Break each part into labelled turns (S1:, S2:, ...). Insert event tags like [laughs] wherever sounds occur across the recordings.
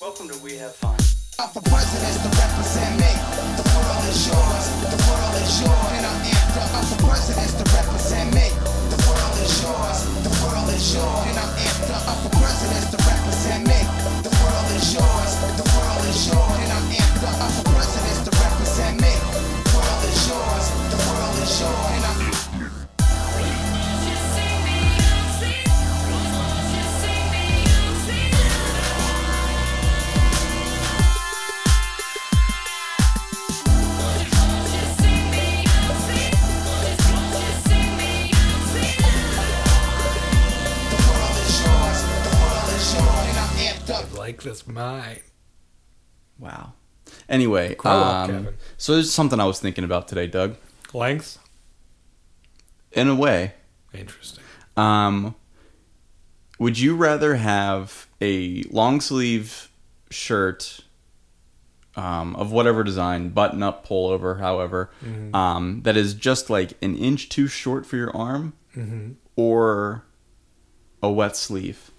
S1: Welcome to We Have Fun.
S2: Up for presidents to represent me. The world is yours. The world is yours. And I am the up for presidents to represent me. The world is yours. The world is yours. And I am the up for presidents to represent me. The world is yours. The world is yours. And I am the up for presidents to represent me. The world is yours. The world is yours. And I the world is yours. The world is yours. And I am the
S3: Like this mine.
S4: Wow. Anyway,
S3: Grow up,
S4: um,
S3: Kevin.
S4: so there's something I was thinking about today, Doug.
S3: Length?
S4: In a way,
S3: Interesting.
S4: um, would you rather have a long sleeve shirt um, of whatever design, button up, pullover, however,
S3: Mm-hmm.
S4: um, that is just like an inch too short for your arm,
S3: Mm-hmm.
S4: or a wet sleeve?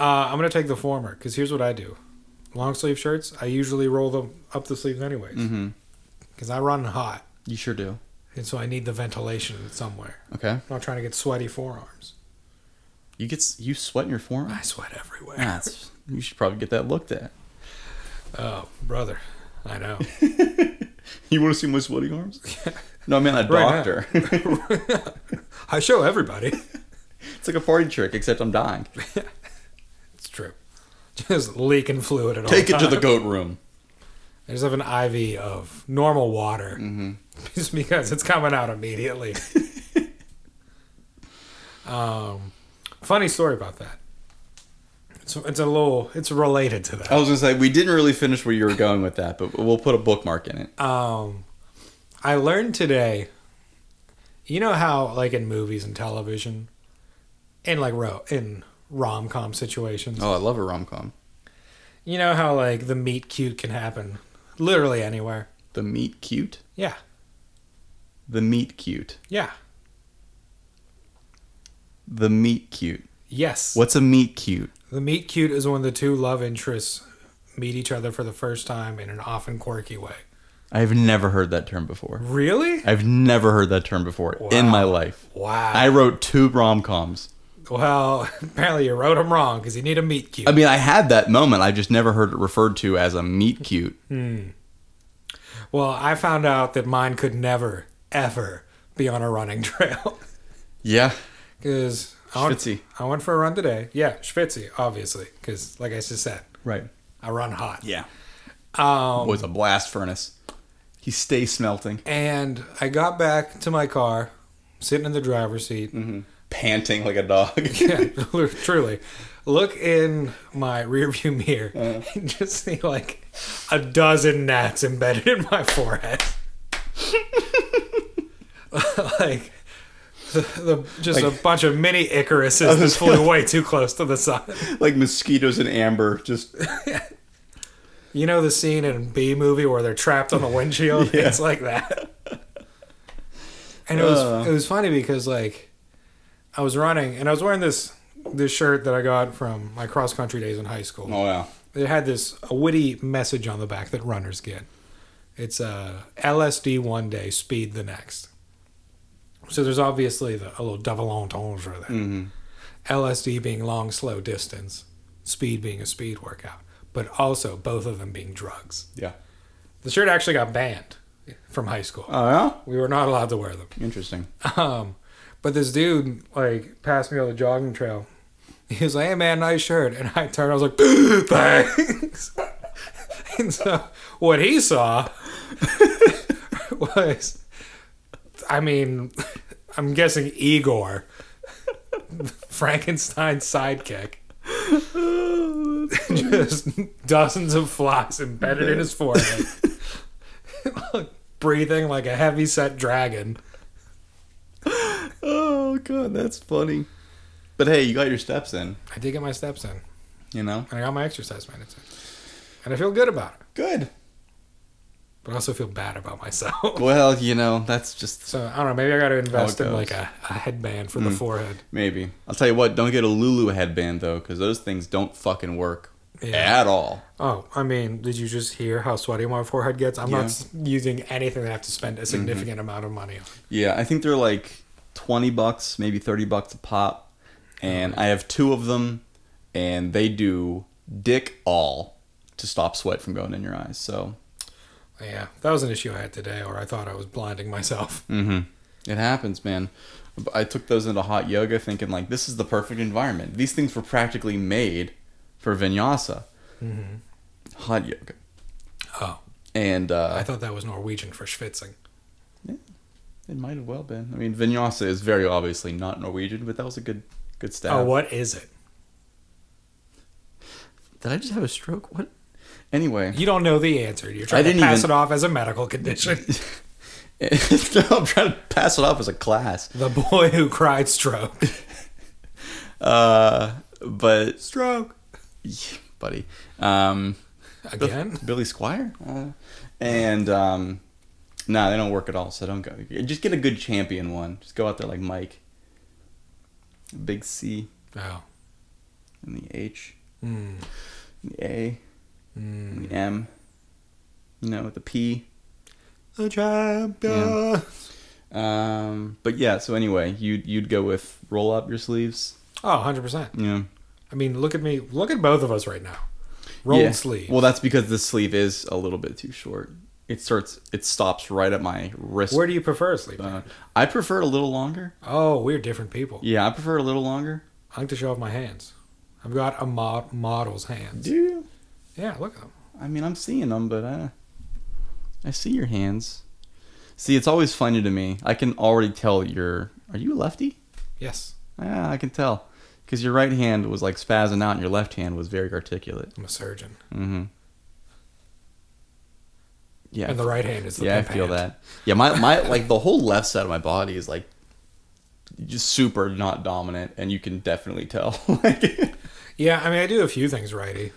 S3: Uh, I'm gonna take the former because here's what I do: long sleeve shirts. I usually roll them up the sleeves anyways because I run hot,
S4: You sure do.
S3: and so I need the ventilation somewhere.
S4: Okay.
S3: I'm not trying to get sweaty forearms.
S4: You get s- you sweat in your forearm.
S3: I sweat everywhere.
S4: That's, you should probably get that looked at.
S3: Oh, brother, I know. [laughs]
S4: You want to see my sweaty arms? No, I mean a
S3: Right
S4: doctor. [laughs]
S3: I show everybody. [laughs]
S4: it's like a party trick, except I'm dying.
S3: Oh, It's true. Just leaking fluid at all.
S4: Take it to the
S3: times.
S4: goat room.
S3: I just have an IV of normal water, [laughs] just because it's coming out immediately. um, funny story about that. It's, it's a little. It's related to that.
S4: I was gonna say we didn't really finish where you were going with that, but we'll put a bookmark in it.
S3: Um, I learned today. You know how, like in movies and television, and like ro- in rom com situations,
S4: Oh, I love a rom com.
S3: you know how like the meet cute can happen literally anywhere.
S4: The meat cute.
S3: Yeah,
S4: The meat cute.
S3: yeah,
S4: The meat cute.
S3: yes.
S4: What's a meat cute?
S3: The meet cute is when the two love interests meet each other for the first time in an often quirky way.
S4: I've never heard that term before.
S3: Really?
S4: I've never heard that term before in my life.
S3: Wow.
S4: I wrote two rom coms.
S3: well, [laughs] apparently you wrote him wrong because you need a meet cute.
S4: I mean, I had that moment. I just never heard it referred to as a meat cute.
S3: well, I found out that mine could never, ever be on a running [laughs] trail.
S4: Yeah.
S3: Because I, went-
S4: Schwitzy.
S3: I went for a run today. Yeah, Schwitzy, obviously. Because, like I just said,
S4: Right.
S3: I run hot.
S4: Yeah.
S3: Um,
S4: was a blast furnace. He stays smelting,
S3: and I got back to my car, sitting in the driver's seat.
S4: panting like a dog. [laughs]
S3: Yeah, [laughs] truly. Look in my rearview mirror
S4: Uh.
S3: [laughs] and just see like a dozen gnats embedded in my forehead. [laughs] like the, the, just
S4: Like-
S3: a bunch of mini Icaruses that
S4: was
S3: flew
S4: gonna-
S3: way too close to the sun.
S4: like mosquitoes in amber, just
S3: You know the scene in B movie where they're trapped on the
S4: [laughs]
S3: windshield? It's like that. And it was
S4: Uh.
S3: it was funny because like I was running and I was wearing this this shirt that I got from my cross country days in high school.
S4: wow.
S3: It had this a witty message on the back that runners get. It's uh, LSD one day, speed the next. So there's obviously the, a little double entendre there. LSD being long, slow distance, speed being a speed workout, but also both of them being drugs.
S4: Yeah.
S3: The shirt actually got banned from high school.
S4: Oh yeah.
S3: we were not allowed to wear them.
S4: Interesting.
S3: Um, but this dude like passed me on the jogging trail. He was like, "Hey man, nice shirt," and I turned. I was like, [laughs] "Thanks." [laughs] and so what he saw [laughs] was, I mean, I'm guessing Igor, Frankenstein's sidekick. [laughs] Just dozens of flies embedded in his forehead, [laughs] breathing like a heavy set dragon.
S4: Oh god, that's funny. But hey, you got your steps in,
S3: I did get my steps in.
S4: you know.
S3: and I got my exercise medicine, and I feel good about it.
S4: Good.
S3: but I also feel bad about myself.
S4: Well, you know, that's
S3: [laughs]
S4: just
S3: So I don't know. Maybe I got to invest in
S4: goes. Mm.
S3: like a, a headband for the forehead.
S4: Maybe. I'll tell you what, don't get a Lulu headband though, because those things don't fucking work
S3: Yeah.
S4: at all.
S3: Oh, I mean, did you just hear how sweaty my forehead gets? I'm not
S4: Yeah. Mm-hmm.
S3: s- using anything that I have to spend a significant amount of money on.
S4: Yeah, I think they're like 20 bucks, maybe 30 bucks a pop. And I have two of them, and they do dick all to stop sweat from going in your eyes. So
S3: Yeah, that was an issue I had today, or I thought I was blinding myself.
S4: Mm. Mm-hmm. it happens, man. I took those into hot yoga thinking, like, this is the perfect environment. These things were practically made for vinyasa. Hot yoga.
S3: [laughs] Oh,
S4: And uh,
S3: I thought that was Norwegian for schwitzing.
S4: It might have well been. I mean, vinyasa is very obviously not Norwegian, but that was a good good stab.
S3: Oh, what is it?
S4: Did I just have a stroke? What? Anyway,
S3: You don't know the answer. You're trying
S4: didn't
S3: to pass
S4: even-
S3: it off as a medical condition.
S4: [laughs] I'm trying to pass it off as a class.
S3: the boy who cried
S4: [laughs]
S3: stroke.
S4: Uh, but
S3: Stroke.
S4: buddy, um, Bill-
S3: Again?
S4: Billy Squire, uh, and um, nah, they don't work at all. So don't go. Just get a good champion one. Just go out there like Mike, Big C,
S3: Oh.
S4: and the H,
S3: Mm.
S4: and the A,
S3: Mm.
S4: and the M. You know, with the P.
S3: The champion.
S4: Um, but yeah, so anyway, you'd you'd go with roll up your sleeves.
S3: Oh, 100%.
S4: Yeah.
S3: I mean, look at me. Look at both of us right now. Rolled
S4: Yeah.
S3: sleeve.
S4: Well, that's because the sleeve is a little bit too short. It starts it stops right at my wrist.
S3: Where do you prefer sleep?
S4: uh, I prefer it a little longer.
S3: oh, we're different people.
S4: Yeah, I prefer it a little longer.
S3: I like to show off my hands. I've got a mod- model's hands.
S4: Do you?
S3: Yeah, look at them.
S4: I mean, I'm seeing them, but I I see your hands. See, it's always funny to me. I can already tell you're are you a lefty?
S3: Yes,
S4: Yeah, I can tell. Because your right hand was like spazzing out and your left hand was very articulate.
S3: I'm a surgeon.
S4: Mm-hmm. Yeah.
S3: And the right hand is the
S4: yeah, I
S3: pimp
S4: feel
S3: hand.
S4: that. Yeah, my, my like the whole left side of my body is like just super not dominant, and you can definitely tell. [laughs] like,
S3: Yeah, I mean, I do a few things righty.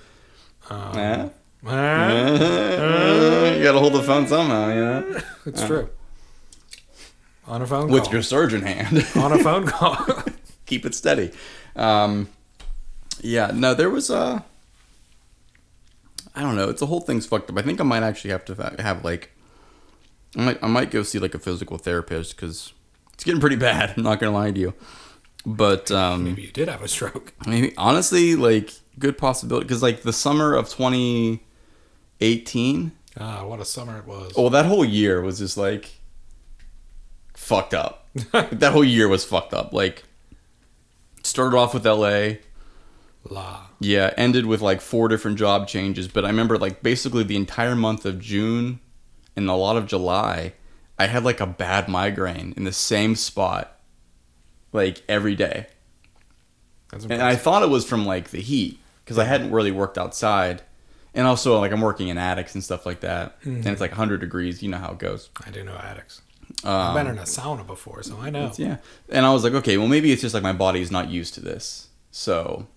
S3: Um,
S4: eh?
S3: eh,
S4: you gotta hold the phone somehow, you know.
S3: It's true. On a phone
S4: With
S3: call.
S4: your surgeon hand,
S3: [laughs] on a phone call.
S4: [laughs]
S3: [laughs]
S4: keep it steady. Um, yeah, no, there was a. I don't know. It's the whole thing's fucked up. I think I might actually have to fa- have like. I might, I might go see like a physical therapist because it's getting pretty bad. [laughs] I'm not gonna lie to you, but um,
S3: Maybe you did have a stroke.
S4: Maybe honestly, like good possibility because like the summer of 2018,
S3: Ah, what a summer it was.
S4: well, that whole year was just like fucked up. that whole year was fucked up. Like started off with LA,
S3: La.
S4: yeah, ended with like four different job changes. But I remember like basically the entire month of June and a lot of July, I had like a bad migraine in the same spot, like every day.
S3: That's
S4: And I
S3: impressive.
S4: thought it was from like the heat because I hadn't really worked outside. And also, like, I'm working in attics and stuff like that. And it's like 100 degrees. You know how it goes. Um,
S3: I, do know addicts. I've been in a sauna before, so I know.
S4: Yeah. And I was like, okay, well, maybe it's just like my body's not used to this. So,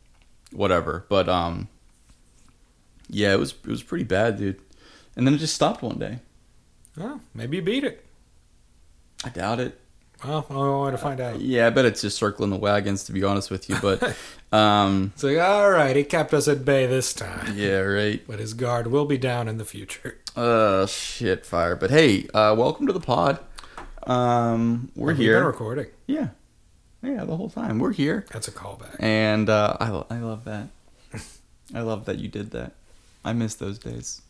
S4: whatever. But, um, yeah, it was, it was pretty bad, dude. And then it just stopped one day.
S3: Oh, maybe you beat it.
S4: I doubt it.
S3: Well, I want to find out.
S4: Yeah, I bet it's just circling the wagons, to be honest with you. But, um,
S3: It's like, all right, he kept us at bay this time.
S4: yeah, right.
S3: But his guard will be down in the [laughs] future.
S4: Uh, shit, fire. But hey, uh, welcome to the pod. Um, we're
S3: We've been
S4: here.
S3: recording.
S4: yeah, yeah, the whole time we're here,
S3: That's a callback.
S4: and uh, I lo- I love that. I love that you did that. I miss those days.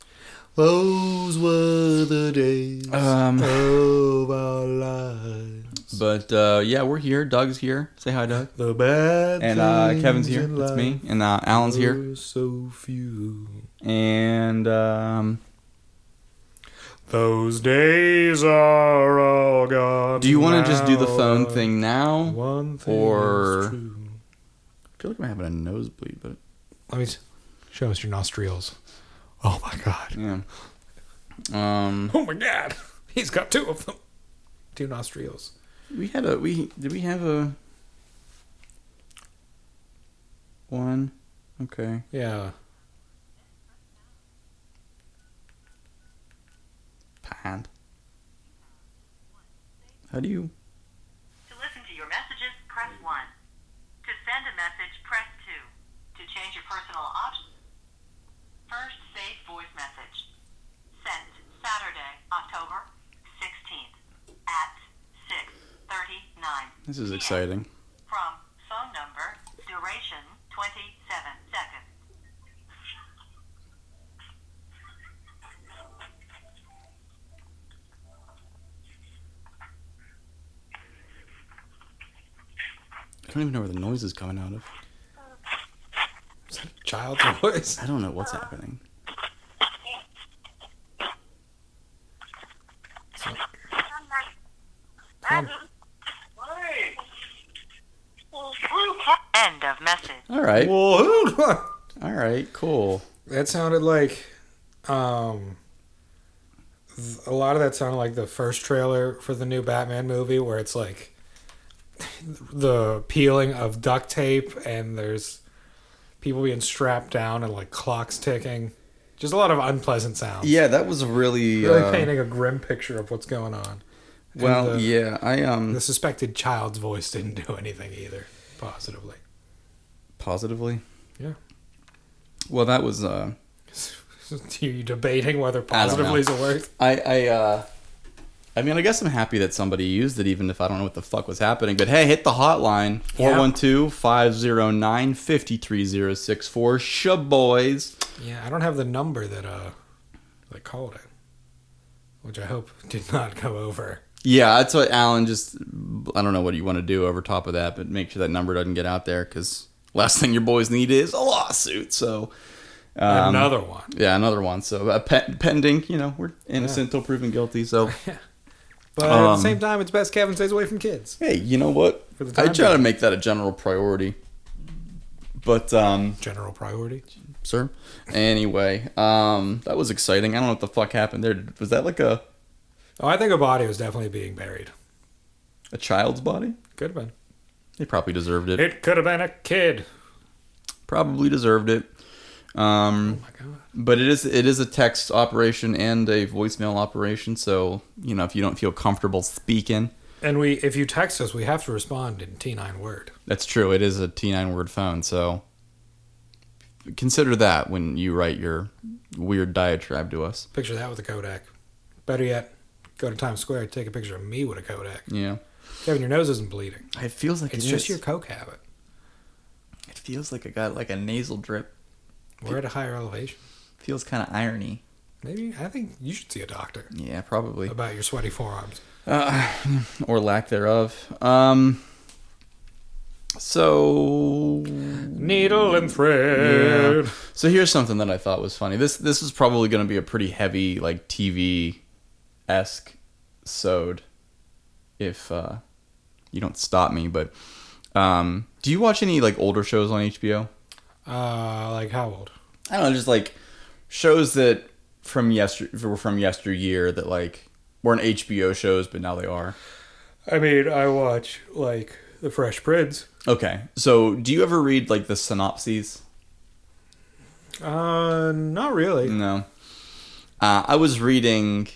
S3: Those were the days
S4: Um,
S3: of our lives.
S4: But uh, yeah, we're here. Doug's here. Say hi, Doug.
S3: The bad
S4: And uh,
S3: things
S4: Kevin's here.
S3: in
S4: That's me.
S3: life
S4: And uh, Alan's here.
S3: were So few.
S4: And um,
S3: Those days are all gone.
S4: do you want to just do the
S3: now.
S4: phone thing now?
S3: One thing
S4: Or-
S3: is true.
S4: I feel like I'm having a nosebleed, but
S3: Let me s- show us your nostrils. Oh my god.
S4: yeah. Um,
S3: Oh my god. He's got two of them. Two nostrils.
S4: We had a we did we have a one? Okay.
S3: Yeah.
S4: hand. How do you?
S1: To listen to your messages, press 1. To send a message, press 2. To change your personal option, first save voice message. Sent Saturday, October 16th at 6:39.
S4: This is
S1: PM.
S4: exciting.
S1: From phone number, duration 27 seconds.
S4: I don't even know where the noise is coming out of.
S3: Is that a child's voice?
S4: I don't know what's happening.
S3: Tom,
S1: End of message.
S4: All right.
S3: Whoa.
S4: All right. Cool.
S3: [laughs] That sounded like um th- a lot of that sounded like the first trailer for the new Batman movie where it's like [laughs] the peeling of duct tape and there's people being strapped down and like clocks ticking. Just a lot of unpleasant sounds.
S4: Yeah, that was really.
S3: Really
S4: uh,
S3: painting a grim picture of what's going on. And
S4: well,
S3: the,
S4: yeah. I um.
S3: the suspected child's voice didn't do anything either, positively.
S4: Positively.
S3: Yeah.
S4: Well, that was. uh
S3: [laughs] Are you debating whether
S4: I don't know.
S3: positively is the word?
S4: I I uh I mean, I guess I'm happy that somebody used it even if I don't know what the fuck was happening. But hey, hit the hotline
S3: Yeah.
S4: 412-509-53064. Shaboys.
S3: Yeah, I don't have the number that uh that called it, which I hope [laughs] did not go over.
S4: Yeah, that's what Alan just I don't know what you want to do over top of that, but make sure that number doesn't get out there cuz last thing your boys need is a lawsuit. So um,
S3: Another one.
S4: yeah, another one. So uh, pe- pending, you know, we're innocent till proven
S3: [laughs]
S4: guilty. So
S3: But at the
S4: um,
S3: same time, it's best Kevin stays away from kids.
S4: hey, you know what?
S3: For the
S4: I
S3: time
S4: try to
S3: being.
S4: make that a general priority. But um
S3: General priority.
S4: sir. Anyway, um, that was exciting. I don't know what the fuck happened there. Was that like a
S3: Oh, I think a body was definitely being buried.
S4: a child's body?
S3: Could have been.
S4: They probably deserved it.
S3: It could have been a kid.
S4: Probably deserved it.
S3: Oh
S4: Um,
S3: my god.
S4: but it is it is a text operation and a voicemail operation. So you know if you don't feel comfortable speaking,
S3: And we, if you text us, we have to respond in T9 word.
S4: that's true. It is a T nine word phone. So consider that when you write your weird diatribe to us.
S3: Picture that with a Kodak. Better yet, go to Times Square, take a picture of me with a Kodak.
S4: Yeah,
S3: Kevin, your nose isn't bleeding.
S4: it feels like
S3: It's
S4: it
S3: just
S4: is.
S3: your coke habit.
S4: It feels like I got like a nasal drip.
S3: We're at a higher elevation.
S4: Feels kind of irony.
S3: Maybe I think you should see a doctor
S4: Yeah, probably.
S3: about your sweaty forearms.
S4: uh, [sighs] or lack thereof. Um, so
S3: Needle and thread.
S4: so here's something that I thought was funny. This this is probably going to be a pretty heavy like TV esque sode if uh, you don't stop me. But um, do you watch any like older shows on HBO?
S3: Uh, like how old?
S4: I don't know, just like shows that from yester were from yesteryear that like weren't HBO shows, but now they are.
S3: I mean, I watch like The Fresh Prince.
S4: Okay, so do you ever read like the synopses?
S3: Uh, not really.
S4: No. Uh, I was reading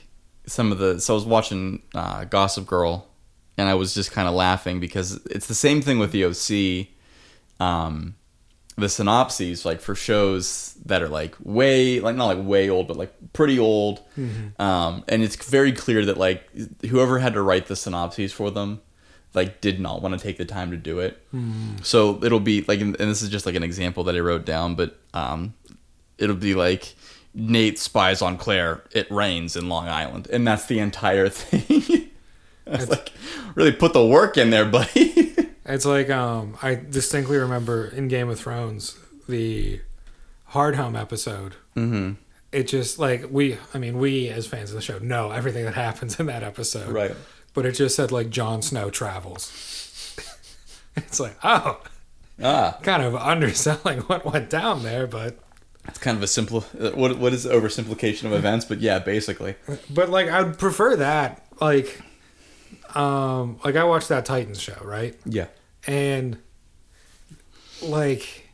S4: some of the. So I was watching uh, Gossip Girl, and I was just kind of laughing because it's the same thing with the OC. Um, the synopses, like for shows that are like way, like not like way old, but like pretty old. Um, and it's very clear that like whoever had to write the synopses for them, like did not want to take the time to do it. So it'll be like, and and this is just like an example that I wrote down, but um, it'll be like Nate spies on Claire. It rains in Long Island, and that's the entire [laughs] thing. I was like, really put the work in there, buddy. [laughs]
S3: It's like um, I distinctly remember in Game of Thrones the Hard Home episode. Mm-hmm. It just like we, I mean, we as fans of the show know everything that [laughs] happens in that episode,
S4: Right.
S3: But it just said like Jon Snow travels. [laughs] it's like oh,
S4: ah,
S3: kind of underselling what went down there, but
S4: it's kind of a simple. uh, What what is oversimplification of events? But yeah, basically.
S3: But like I would prefer that. Like um like I watched that Titans show, right?
S4: Yeah.
S3: And like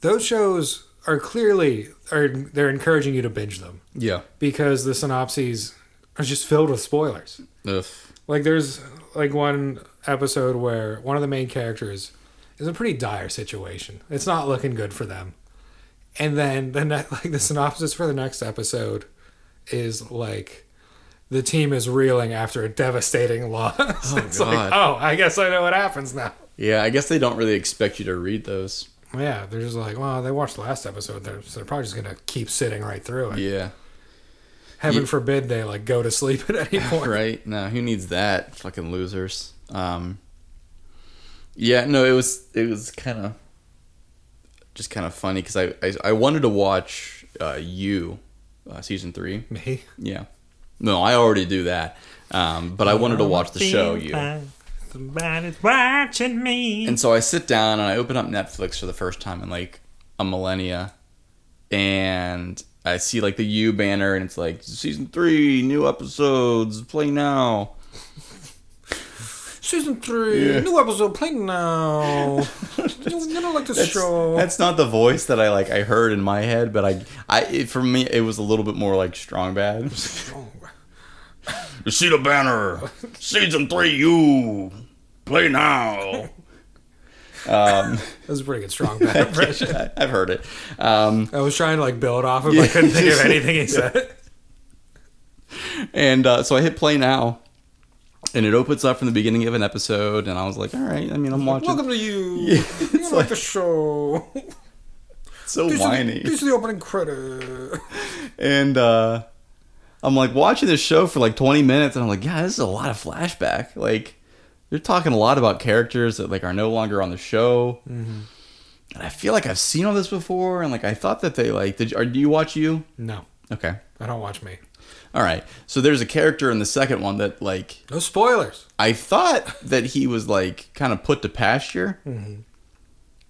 S3: those shows are clearly are they're encouraging you to binge them
S4: Yeah.
S3: because the synopses It's just filled with spoilers.
S4: Ugh.
S3: Like there's like one episode where one of the main characters is in a pretty dire situation. It's not looking good for them. And then the ne- [laughs] like the synopsis for the next episode is like the team is reeling after a devastating [laughs] loss. it's
S4: God.
S3: like, oh, I guess I know what happens now.
S4: Yeah, I guess they don't really expect you to read those.
S3: Yeah, they're just like, well, they watched the last episode, they're, so they're probably just gonna keep sitting right through it.
S4: Yeah.
S3: Heaven
S4: Ye-
S3: forbid they like go to sleep [laughs] at any point.
S4: [laughs] Right? No, who needs that? Fucking losers. Um Yeah, no, it was it was kind of just kind of funny cuz I, I I wanted to watch uh you uh, season 3.
S3: Me,
S4: Yeah. No, I already do that. Um but I wanted to watch the show you.
S3: Somebody's watching me.
S4: And so I sit down and I open up Netflix for the first time in like a millennia, and I see like the U banner and it's like season three, new episodes, play now.
S3: Season three,
S4: Yeah.
S3: new episode playing now.
S4: [laughs]
S3: you, you don't like this
S4: That's,
S3: show.
S4: that's not the voice that I like. I heard in my head, but I, I it, for me it was a little bit more like strong bad. [laughs] you see the banner, season three, you play now.
S3: That was a pretty good strong bad impression.
S4: I, I've heard it. Um,
S3: I was trying to like build off him. I couldn't [laughs] think
S4: [laughs]
S3: of anything he said.
S4: And uh, so I hit play now, and it opens up from the beginning of an episode, and I was like, all right, I mean, I'm watching.
S3: Welcome to you.
S4: Yeah,
S3: you
S4: it's
S3: don't like
S4: like-
S3: the show.
S4: It's so
S3: These are, the,
S4: whiny.
S3: these are the opening credits.
S4: And uh, I'm like watching this show for like 20 minutes, and I'm like, yeah, this is a lot of flashback. Like, they're talking a lot about characters that like are no longer on the show. And I feel like I've seen all this before, and like I thought that they like, did you, are, do you watch you?
S3: No,
S4: Okay.
S3: I don't watch me.
S4: All right. So there's a character in the second one that like
S3: No spoilers.
S4: I thought that he was like kind of put to pasture,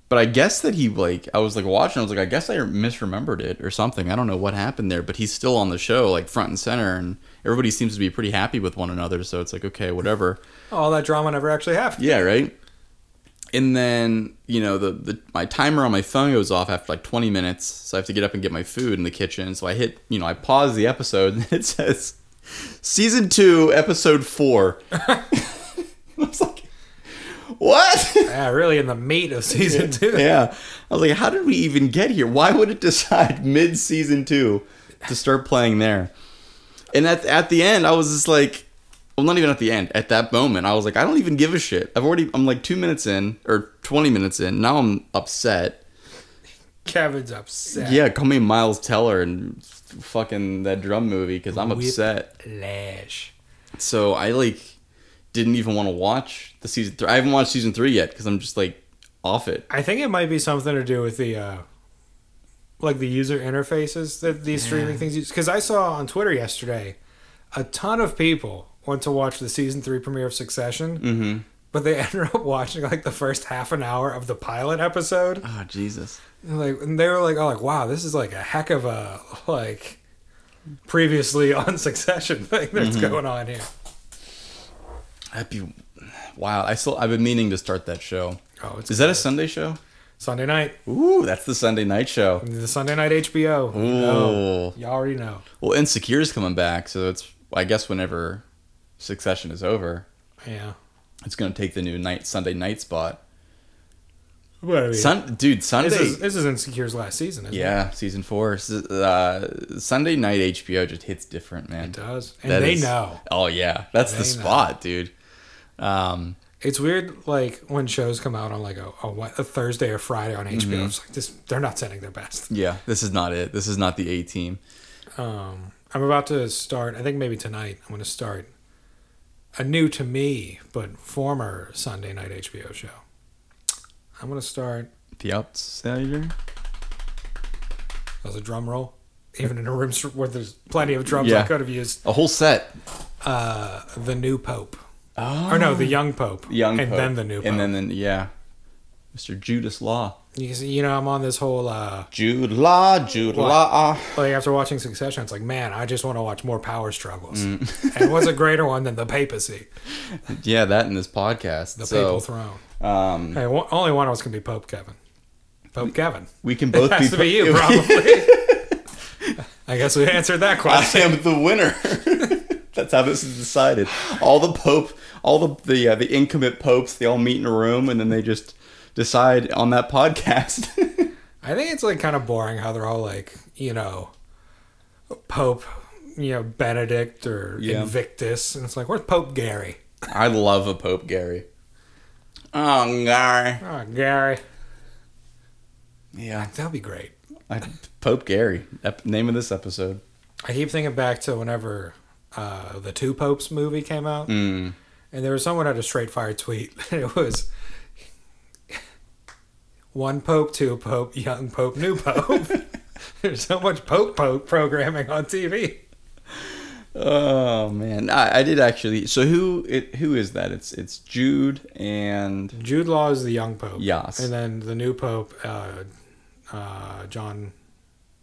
S4: but I guess that he like I was like watching. I was like, I guess I misremembered it or something. I don't know what happened there, but he's still on the show, like front and center, and everybody seems to be pretty happy with one another. So it's like, okay, whatever.
S3: All that drama never actually happened.
S4: Yeah, right. And then you know the, the my timer on my phone goes off after like 20 minutes, so I have to get up and get my food in the kitchen. So I hit you know I pause the episode [laughs] and it says season two episode four. [laughs] And I was like, what? [laughs]
S3: Yeah, really in the meat of season two. [laughs]
S4: yeah, I was like, how did we even get here? Why would it decide [laughs] mid season two to start playing there? And at at the end, I was just like, well, not even at the end. At that moment, I was like, I don't even give a shit. I've already, I'm like two minutes in or twenty minutes in. Now I'm upset.
S3: Kevin's upset.
S4: Yeah, call me Miles Teller and fucking that drum movie because I'm upset.
S3: Lash.
S4: So I like didn't even want to watch the season three. I haven't watched season three yet because I'm just like off it.
S3: I think it might be something to do with the uh, like the user interfaces that these streaming things use. Because I saw on Twitter yesterday, a ton of people went to watch the season three premiere of Succession, mm-hmm. but they [laughs] ended up watching like the first half an hour of the pilot episode.
S4: Oh Jesus.
S3: And, like, and they were like, "Oh, like wow, this is like a heck of a like." Previously [laughs] on Succession thing
S4: Mm-hmm.
S3: that's going on here.
S4: That'd be wow. I still I've been meaning to start that show.
S3: Oh, it's
S4: Is that a Sunday show?
S3: Sunday night?
S4: Ooh, that's the Sunday night show.
S3: The Sunday night HBO.
S4: Ooh.
S3: No. you already know.
S4: Well, Insecure's coming back, so it's I guess whenever Succession is over,
S3: Yeah.
S4: it's gonna take the new night Sunday night spot.
S3: What
S4: Sun, dude, Sunday.
S3: This is, this is Insecure's last season, isn't it?
S4: yeah, season four. S- Uh, Sunday night HBO just hits different, man.
S3: It does. And
S4: That
S3: they
S4: is-
S3: know.
S4: Oh yeah, that's
S3: They
S4: the spot, dude. Um,
S3: It's weird, like, when shows come out on, like, a, a, Wed- a Thursday or Friday
S4: Mm-hmm.
S3: on HBO. It's like, this, they're not sending their best.
S4: yeah, this is not it. This is not the A team.
S3: Um, I'm about to start, I think maybe tonight, I'm going to start a new to me, but former Sunday night HBO show. I'm going to start,
S4: The outsider.
S3: that was a drum roll, even in a room s- where there's plenty of drums I
S4: Yeah.
S3: could have used,
S4: A whole set.
S3: uh, The New Pope.
S4: Oh.
S3: Or no, The Young Pope.
S4: young
S3: And
S4: Pope.
S3: then The New Pope.
S4: and then, then yeah mr judas law
S3: you, can see, you know, I'm on this whole, uh,
S4: jude law jude law
S3: like after watching Succession, it's like, man, I just want to watch more power struggles.
S4: Mm.
S3: and what's a greater one than the papacy,
S4: yeah that in this podcast
S3: the papal
S4: so
S3: throne?
S4: um
S3: Hey, one, only one of us can be Pope Kevin. Pope
S4: [laughs]
S3: Kevin
S4: we
S3: [laughs]
S4: can both
S3: has
S4: be,
S3: to be you, probably. I guess we answered that
S4: [laughs] i [laughs]
S3: question.
S4: am the winner [laughs] That's how this is decided. All the pope, all the the uh, the incumbent popes, they all meet in a room and then they just decide on that podcast. [laughs]
S3: I think it's like kind of boring how they're all like, you know, Pope, you know, Benedict or
S4: Yeah.
S3: Invictus. And it's like, where's Pope Gary?
S4: I love a pope, Gary. Oh, Gary.
S3: Oh, Gary.
S4: Yeah,
S3: That'd be great.
S4: I, Pope Gary. Ep- name of this episode.
S3: I keep thinking back to whenever uh, the Two Popes movie came out. And there was someone had a straight fire tweet. [laughs] It was one Pope, two Pope, young Pope, new Pope. [laughs] There's so much Pope Pope programming on TV.
S4: Oh man, I, I did actually. So who it, who is that? It's it's Jude and
S3: Jude Law is the young pope.
S4: Yes.
S3: And then the new pope, uh, uh, John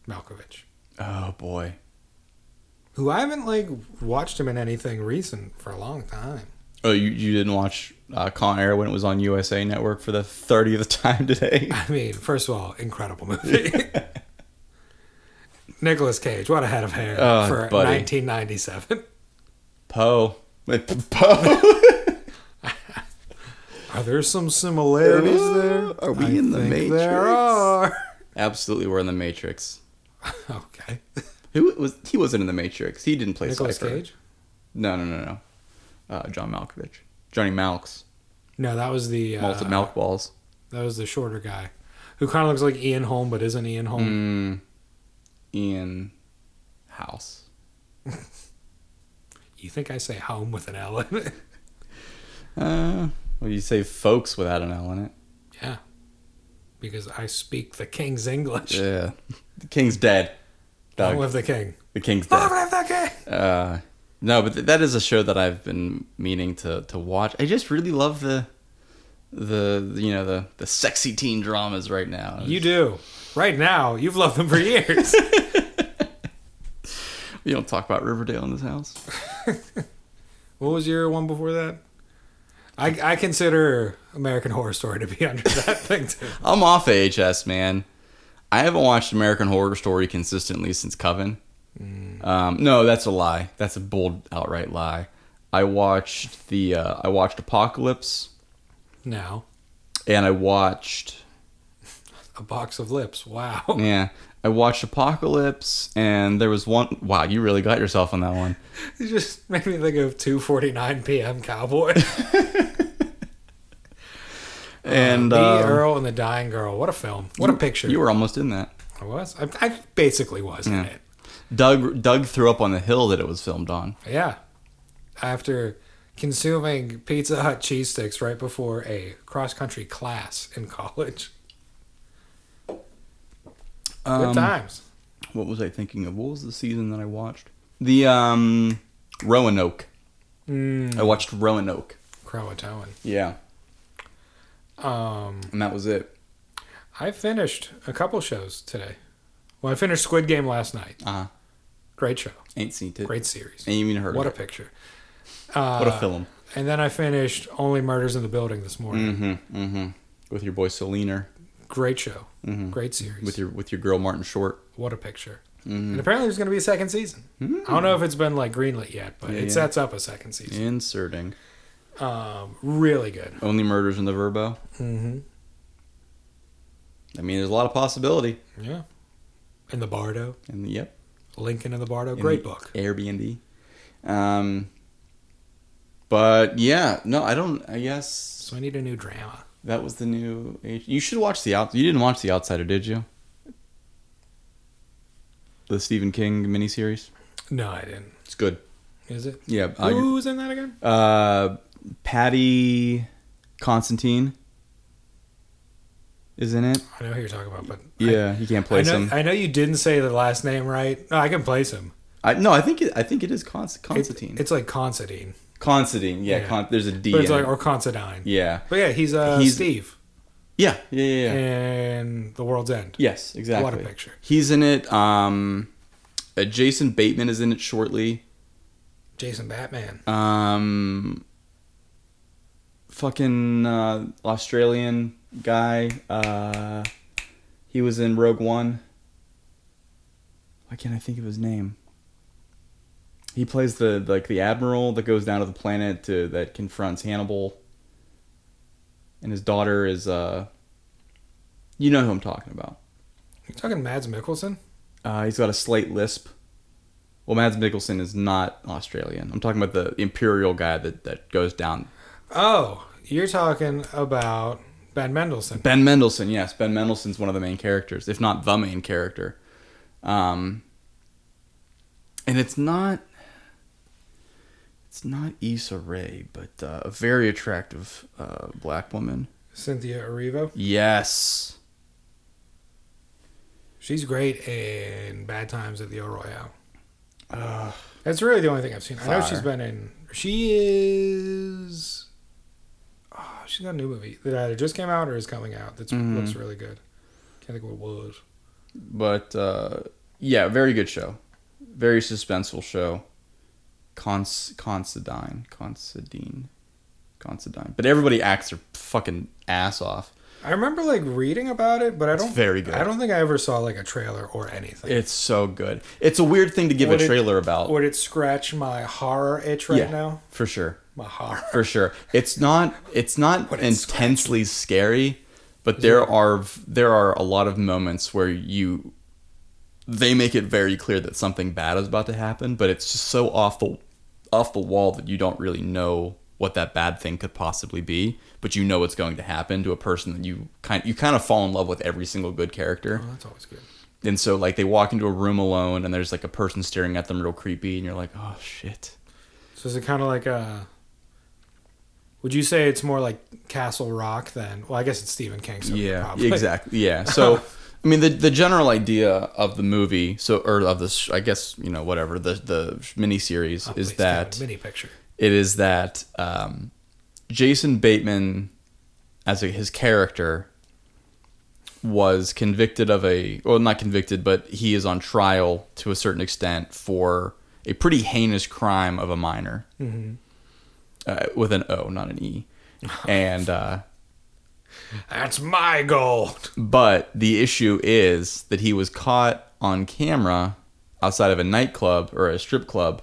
S3: Malkovich,
S4: oh boy,
S3: who I haven't like watched him in anything recent for a long time.
S4: oh you you didn't watch uh, Con Air when it was on USA Network for the thirtieth [laughs] time today.
S3: I mean, first of all, incredible movie. [laughs] Nicholas Cage, what a head of hair
S4: Oh,
S3: for
S4: buddy.
S3: 1997.
S4: Poe, Like, Poe. [laughs]
S3: Are there some similarities there?
S4: Are we in the Matrix?
S3: There are. [laughs]
S4: Absolutely, we're in the Matrix.
S3: Okay.
S4: Who was he? Wasn't in the Matrix. He didn't play
S3: Nicholas
S4: Cypher.
S3: Cage?
S4: No, no, no, no. Uh, John Malkovich, Johnny Malks,
S3: No, that was the uh,
S4: malted milk balls.
S3: That was the shorter guy, who kind of looks like Ian Holm but isn't Ian Holm.
S4: Mm, Ian House.
S3: You think I say home with an L in it? [laughs]
S4: Uh, well, you say folks without an L in it.
S3: Yeah. Because I speak the king's English.
S4: Yeah. The king's dead.
S3: Long
S4: Doug.
S3: live the king.
S4: the king's
S3: Long
S4: dead.
S3: live the king!
S4: Uh, no, but th- that is a show that I've been meaning to, to watch. I just really love the the the, you know the the sexy teen dramas right now.
S3: You do. Right now, you've loved them for years.
S4: We don't talk about Riverdale in this house.
S3: what was your one before that? I, I consider American Horror Story to be [laughs] under that thing too.
S4: I'm off AHS, man. I haven't watched American Horror Story consistently since Coven. Um, no, that's a lie. That's a bold, outright lie. I watched the uh, I watched Apocalypse
S3: Now,
S4: and I watched
S3: a box of lips. [laughs] Wow.
S4: yeah I watched Apocalypse and there was one wow you really got yourself on that one
S3: It just made me think of 2.49 p.m. Cowboy.
S4: [laughs] and
S3: Me,
S4: uh,
S3: Earl, and the Dying Girl. What a film. What a picture.
S4: you were almost in that
S3: I was. I, I basically was in
S4: Yeah.
S3: it.
S4: Doug Doug threw up on the hill that it was filmed on
S3: Yeah. After consuming Pizza Hut cheese sticks right before a cross country class in college.
S4: Um,
S3: Good times.
S4: what was I thinking of? What was the season that I watched? The um Roanoke.
S3: Hmm.
S4: I watched Roanoke.
S3: Croatoan.
S4: Yeah,
S3: Um,
S4: and that was it.
S3: I finished a couple shows today. Well, I finished Squid Game last night.
S4: Uh huh.
S3: Great show.
S4: Ain't seen it.
S3: Great series.
S4: Ain't even heard
S3: What a
S4: of it.
S3: picture.
S4: what a film.
S3: And then I finished Only Murders in the Building this morning.
S4: Mm-hmm. Mm-hmm. With your boy Selena,
S3: Great show. Great series.
S4: Mm-hmm. with your Mm-hmm. with your girl Martin Short.
S3: What a picture. And apparently there's going to be a second season. I don't know if it's been like greenlit yet, but it
S4: Mm-hmm. yeah.
S3: sets up a second season.
S4: Inserting
S3: Um, really good.
S4: only murders in the Verbo.
S3: Mm-hmm.
S4: I mean, there's a lot of possibility.
S3: Yeah. And the Bardo,
S4: And yep,
S3: Lincoln and the Bardo,
S4: in
S3: great
S4: the
S3: book.
S4: Airbnb. Um. But yeah, no, I don't. I guess
S3: So I need a new drama.
S4: That was the new. H- You should watch the out. You didn't watch the Outsider, did you? The Stephen King miniseries.
S3: No, I didn't.
S4: It's good.
S3: Is it?
S4: Yeah. Uh,
S3: Who's in that again?
S4: uh, Patty Constantine is in it.
S3: I know who you're talking about, but
S4: Yeah, you can't
S3: I, I
S4: place
S3: know
S4: him.
S3: I know you didn't say the last name right. No, I can place him.
S4: I, no, I think it, I think it is Const-
S3: It-
S4: Constantine.
S3: it's like Considine,
S4: Constantine. Yeah.
S3: Yeah.
S4: Con- there's a D.
S3: but it's
S4: in
S3: like
S4: it.
S3: or Considine.
S4: yeah.
S3: But yeah, he's uh,
S4: He's-
S3: Steve
S4: Yeah. Yeah. Yeah. yeah.
S3: in The World's End.
S4: Yes, exactly.
S3: What a picture.
S4: He's in it. Um, uh, Jason Bateman is in it shortly.
S3: Jason Batman.
S4: um fucking uh, Australian guy. Uh, he was in Rogue One. Why can't I think of his name? He plays the like the admiral that goes down to the planet to that confronts Hannibal, and his daughter is uh. You know who I'm talking about.
S3: You talking Mads Mikkelsen?
S4: Uh, he's got a slight lisp. Well, Mads Mikkelsen is not Australian. I'm talking about the imperial guy that, that goes down.
S3: Oh, you're talking about Ben Mendelsohn.
S4: Ben Mendelsohn, yes, Ben Mendelsohn's one of the main characters, if not the main character. Um, and it's not, it's not Issa Rae, but uh, a very attractive uh, black woman.
S3: Cynthia Erivo.
S4: Yes,
S3: She's great in Bad Times at the El Royale. That's really the only thing I've seen. I know she's
S4: Fire.
S3: been in. She is. Oh, she's got a new movie that either just came out or is coming out. That
S4: Mm-hmm.
S3: looks really good. Can't think of what it was.
S4: but uh, yeah, very good show, very suspenseful show. Cons Considine, Considine, Considine. But everybody acts their fucking ass off.
S3: I remember like reading about it, but I don't.
S4: very good.
S3: I don't think I ever saw like a trailer or anything.
S4: It's so good. It's a weird thing to give
S3: Would
S4: a
S3: it-
S4: trailer about.
S3: Would it scratch my horror itch right now?
S4: for sure.
S3: My horror. [laughs]
S4: For sure. It's not it's not
S3: What is-
S4: intensely scary, but there are v- there are a lot of moments where you they make it very clear that something bad is about to happen, but it's just so off the off the wall that you don't really know what that bad thing could possibly be, but you know it's going to happen to a person that you kind you kind of fall in love with every single good character.
S3: Oh, that's always good.
S4: And so like they walk into a room alone and there's like a person staring at them real creepy and you're like, "Oh shit."
S3: So is it kind of like a? Would you say it's more like Castle Rock than? Well, I guess it's Stephen King. So
S4: yeah
S3: probably.
S4: exactly yeah so i mean the the general idea of the movie so or of this i guess you know whatever the the mini series
S3: Oh,
S4: is
S3: please, Kevin,
S4: that
S3: mini picture?
S4: it is that um, jason bateman as a, his character was convicted of a well not convicted but he is on trial to a certain extent for a pretty heinous crime of a minor uh, with an o not an e and uh
S3: That's my gold.
S4: But the issue is that he was caught on camera outside of a nightclub or a strip club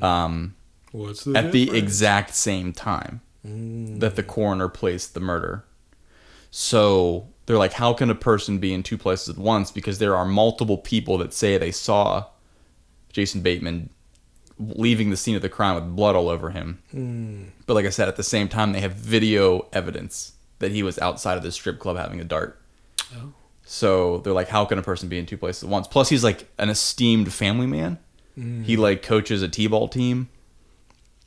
S4: um,
S3: What's the
S4: at the
S3: difference?
S4: exact same time that
S3: Mm.
S4: the coroner placed the murder. So they're like, how can a person be in two places at once? Because there are multiple people that say they saw Jason Bateman leaving the scene of the crime with blood all over him.
S3: Hmm.
S4: But like I said, at the same time, they have video evidence that he was outside of the strip club having a dart.
S3: Oh.
S4: So they're like, how can a person be in two places at once? Plus, he's like an esteemed family man.
S3: Hmm.
S4: He like coaches a t-ball team.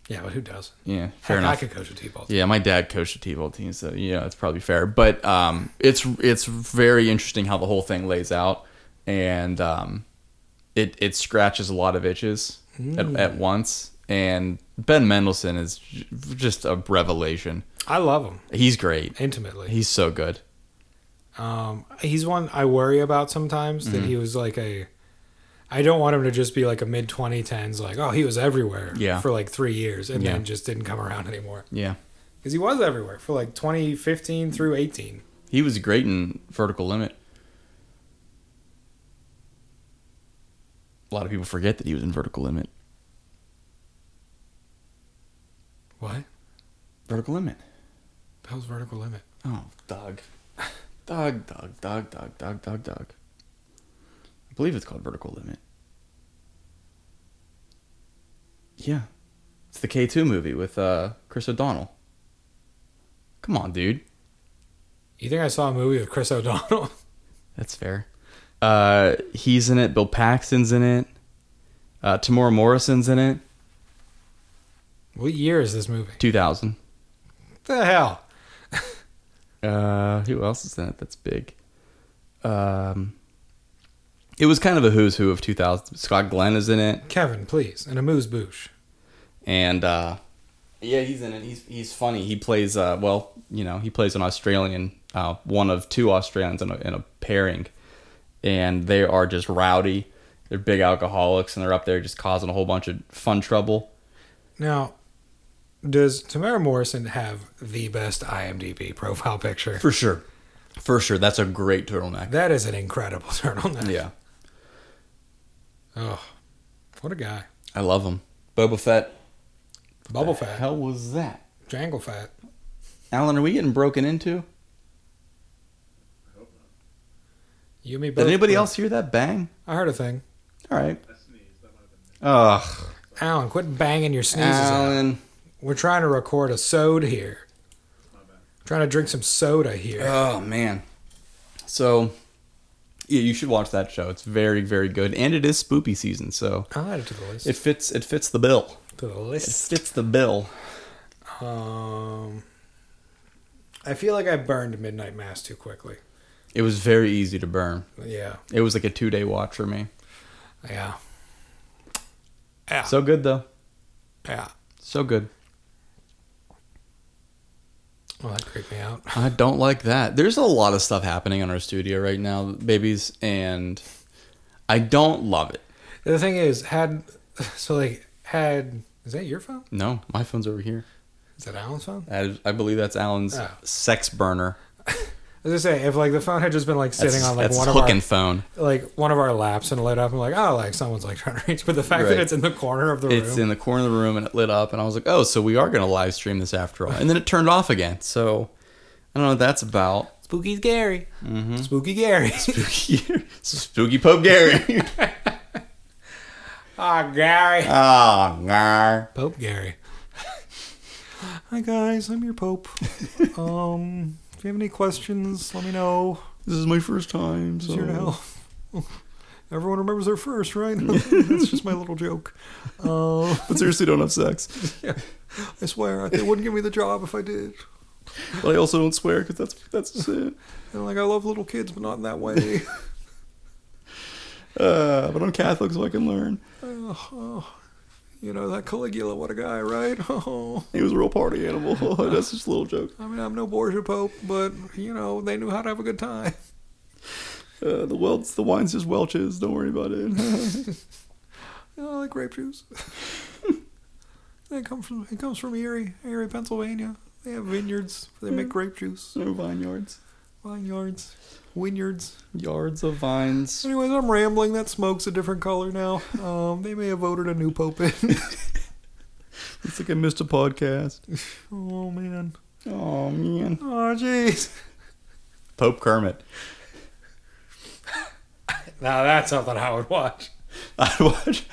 S3: yeah, but who does?
S4: Yeah, fair
S3: Heck, I
S4: enough.
S3: could coach a T-ball.
S4: Yeah, my dad coached a T-ball team, so yeah, it's probably fair. But um, it's it's very interesting how the whole thing lays out, and um, it it scratches a lot of itches at, at once. And Ben Mendelsohn is j- just a revelation.
S3: I love him
S4: He's great.
S3: intimately.
S4: He's so good.
S3: Um, he's one I worry about sometimes
S4: Mm-hmm.
S3: that he was like a. I don't want him to just be like a mid 2010s, like, oh, he was everywhere
S4: Yeah.
S3: for like three years and
S4: Yeah.
S3: then just didn't come around [laughs] anymore.
S4: Yeah,
S3: Because he was everywhere for like 2015 through 18.
S4: he was great in Vertical Limit. A lot of people forget that he was in Vertical Limit.
S3: What?
S4: Vertical Limit.
S3: That was Vertical Limit.
S4: Oh, dog. [laughs] Dog, dog, dog, dog, dog, dog, dog. I believe it's called Vertical Limit. Yeah. It's the K2 movie with uh, Chris O'Donnell. Come on, dude.
S3: You think I saw a movie with Chris [laughs] O'Donnell?
S4: That's fair. Uh, he's in it. Bill Paxton's in it. Uh, Tamora Morrison's in it.
S3: what year is this movie?
S4: 2000.
S3: the hell?
S4: Uh, who else is in it that's big? Um, it was kind of a who's who of 2000. Scott Glenn is in it.
S3: Kevin, please. And a moose boosh.
S4: and uh, yeah, he's in it. He's he's funny. He plays uh, well, you know, he plays an Australian, uh, one of two Australians in a, in a pairing, and they are just rowdy. They're big alcoholics, and they're up there just causing a whole bunch of fun trouble.
S3: Now, does Tamara Morrison have the best IMDb profile
S4: [laughs]
S3: picture?
S4: For sure, for sure, that's a great turtleneck.
S3: That is an incredible [laughs] turtleneck.
S4: yeah,
S3: Oh, what a guy.
S4: I love him. Boba Fett.
S3: Bubble
S4: The
S3: fat.
S4: hell was that?
S3: Jangle fat.
S4: Alan, are we getting broken into?
S3: You and me both.
S4: Did anybody
S3: bro.
S4: else hear that bang?
S3: I heard a thing.
S4: All right. Ugh,
S3: Alan, quit banging your sneezes out.
S4: Alan.
S3: We're trying to record a soda here. Trying to drink some soda here.
S4: Oh man. So, yeah, you should watch that show. It's very, very good, and it is spoopy season, so
S3: I'll add it to the list.
S4: it fits. It fits the bill.
S3: to the
S4: It
S3: list.
S4: fits the bill.
S3: Um, I feel like I burned Midnight Mass too quickly.
S4: It was very easy to burn.
S3: Yeah.
S4: It was like a two day watch for me.
S3: Yeah. Yeah.
S4: So good though.
S3: yeah.
S4: So good.
S3: Well, that creeped me out.
S4: I don't like that. There's a lot of stuff happening on our studio right now, babies, and I don't love it.
S3: The thing is, had [laughs] so like had is that your phone?
S4: No, my phone's over here.
S3: Is that Alan's phone?
S4: That is- I believe that's Alan's
S3: Oh.
S4: sex burner.
S3: As I say, if like the phone had just been like
S4: That's,
S3: sitting on like
S4: that's
S3: one
S4: his
S3: of our
S4: hooking phone.
S3: like one of our laps and lit up, I'm like, oh, like someone's like [laughs] trying to reach. But the fact
S4: Right.
S3: that it's in the corner of the
S4: It's
S3: room,
S4: in the corner of the room and it lit up, and I was like, oh, so we are going to live stream this after all. And then it turned off again. So I don't know what
S3: [laughs]
S4: that's about.
S3: spooky Gary, spooky Gary. [laughs]
S4: Spooky, Spooky Pope Gary.
S3: Ah, Gary,
S4: Ah, nah.
S3: Pope Gary. [laughs] Hi guys, I'm your Pope. um, if you have any questions, let me know.
S4: this is my first time. So.
S3: It's here to help. [laughs] Everyone remembers their first, right? That's just my little joke. Uh,
S4: But seriously, don't have sex.
S3: [laughs] I swear, they wouldn't give me the job if I did.
S4: But I also don't swear because that's that's just it.
S3: And like, I love little kids, but not in that way.
S4: Uh, but I'm Catholic, so I can learn.
S3: you know, that Caligula, what a guy, right? [laughs] Oh,
S4: He was a real party
S3: [laughs]
S4: animal. [laughs] that's just a little joke.
S3: I mean, I'm no Borgia Pope, but you know, they knew how to have a good time.
S4: Uh, the Welts, the wine's just Welch's. Don't worry about it. [laughs]
S3: You know, I like grape [laughs] juice. it comes from it comes from Erie, Erie, Pennsylvania. They have vineyards. They make grape juice,
S4: no vineyards,
S3: vineyards, [laughs] vineyards.
S4: yards of vines.
S3: Anyways, I'm rambling. That smoke's a different color now. Um, they may have voted a new pope in. [laughs]
S4: It's like I missed a podcast.
S3: oh man.
S4: Oh man,
S3: Oh jeez.
S4: Pope Kermit. [laughs]
S3: Now that's something I would watch.
S4: I watch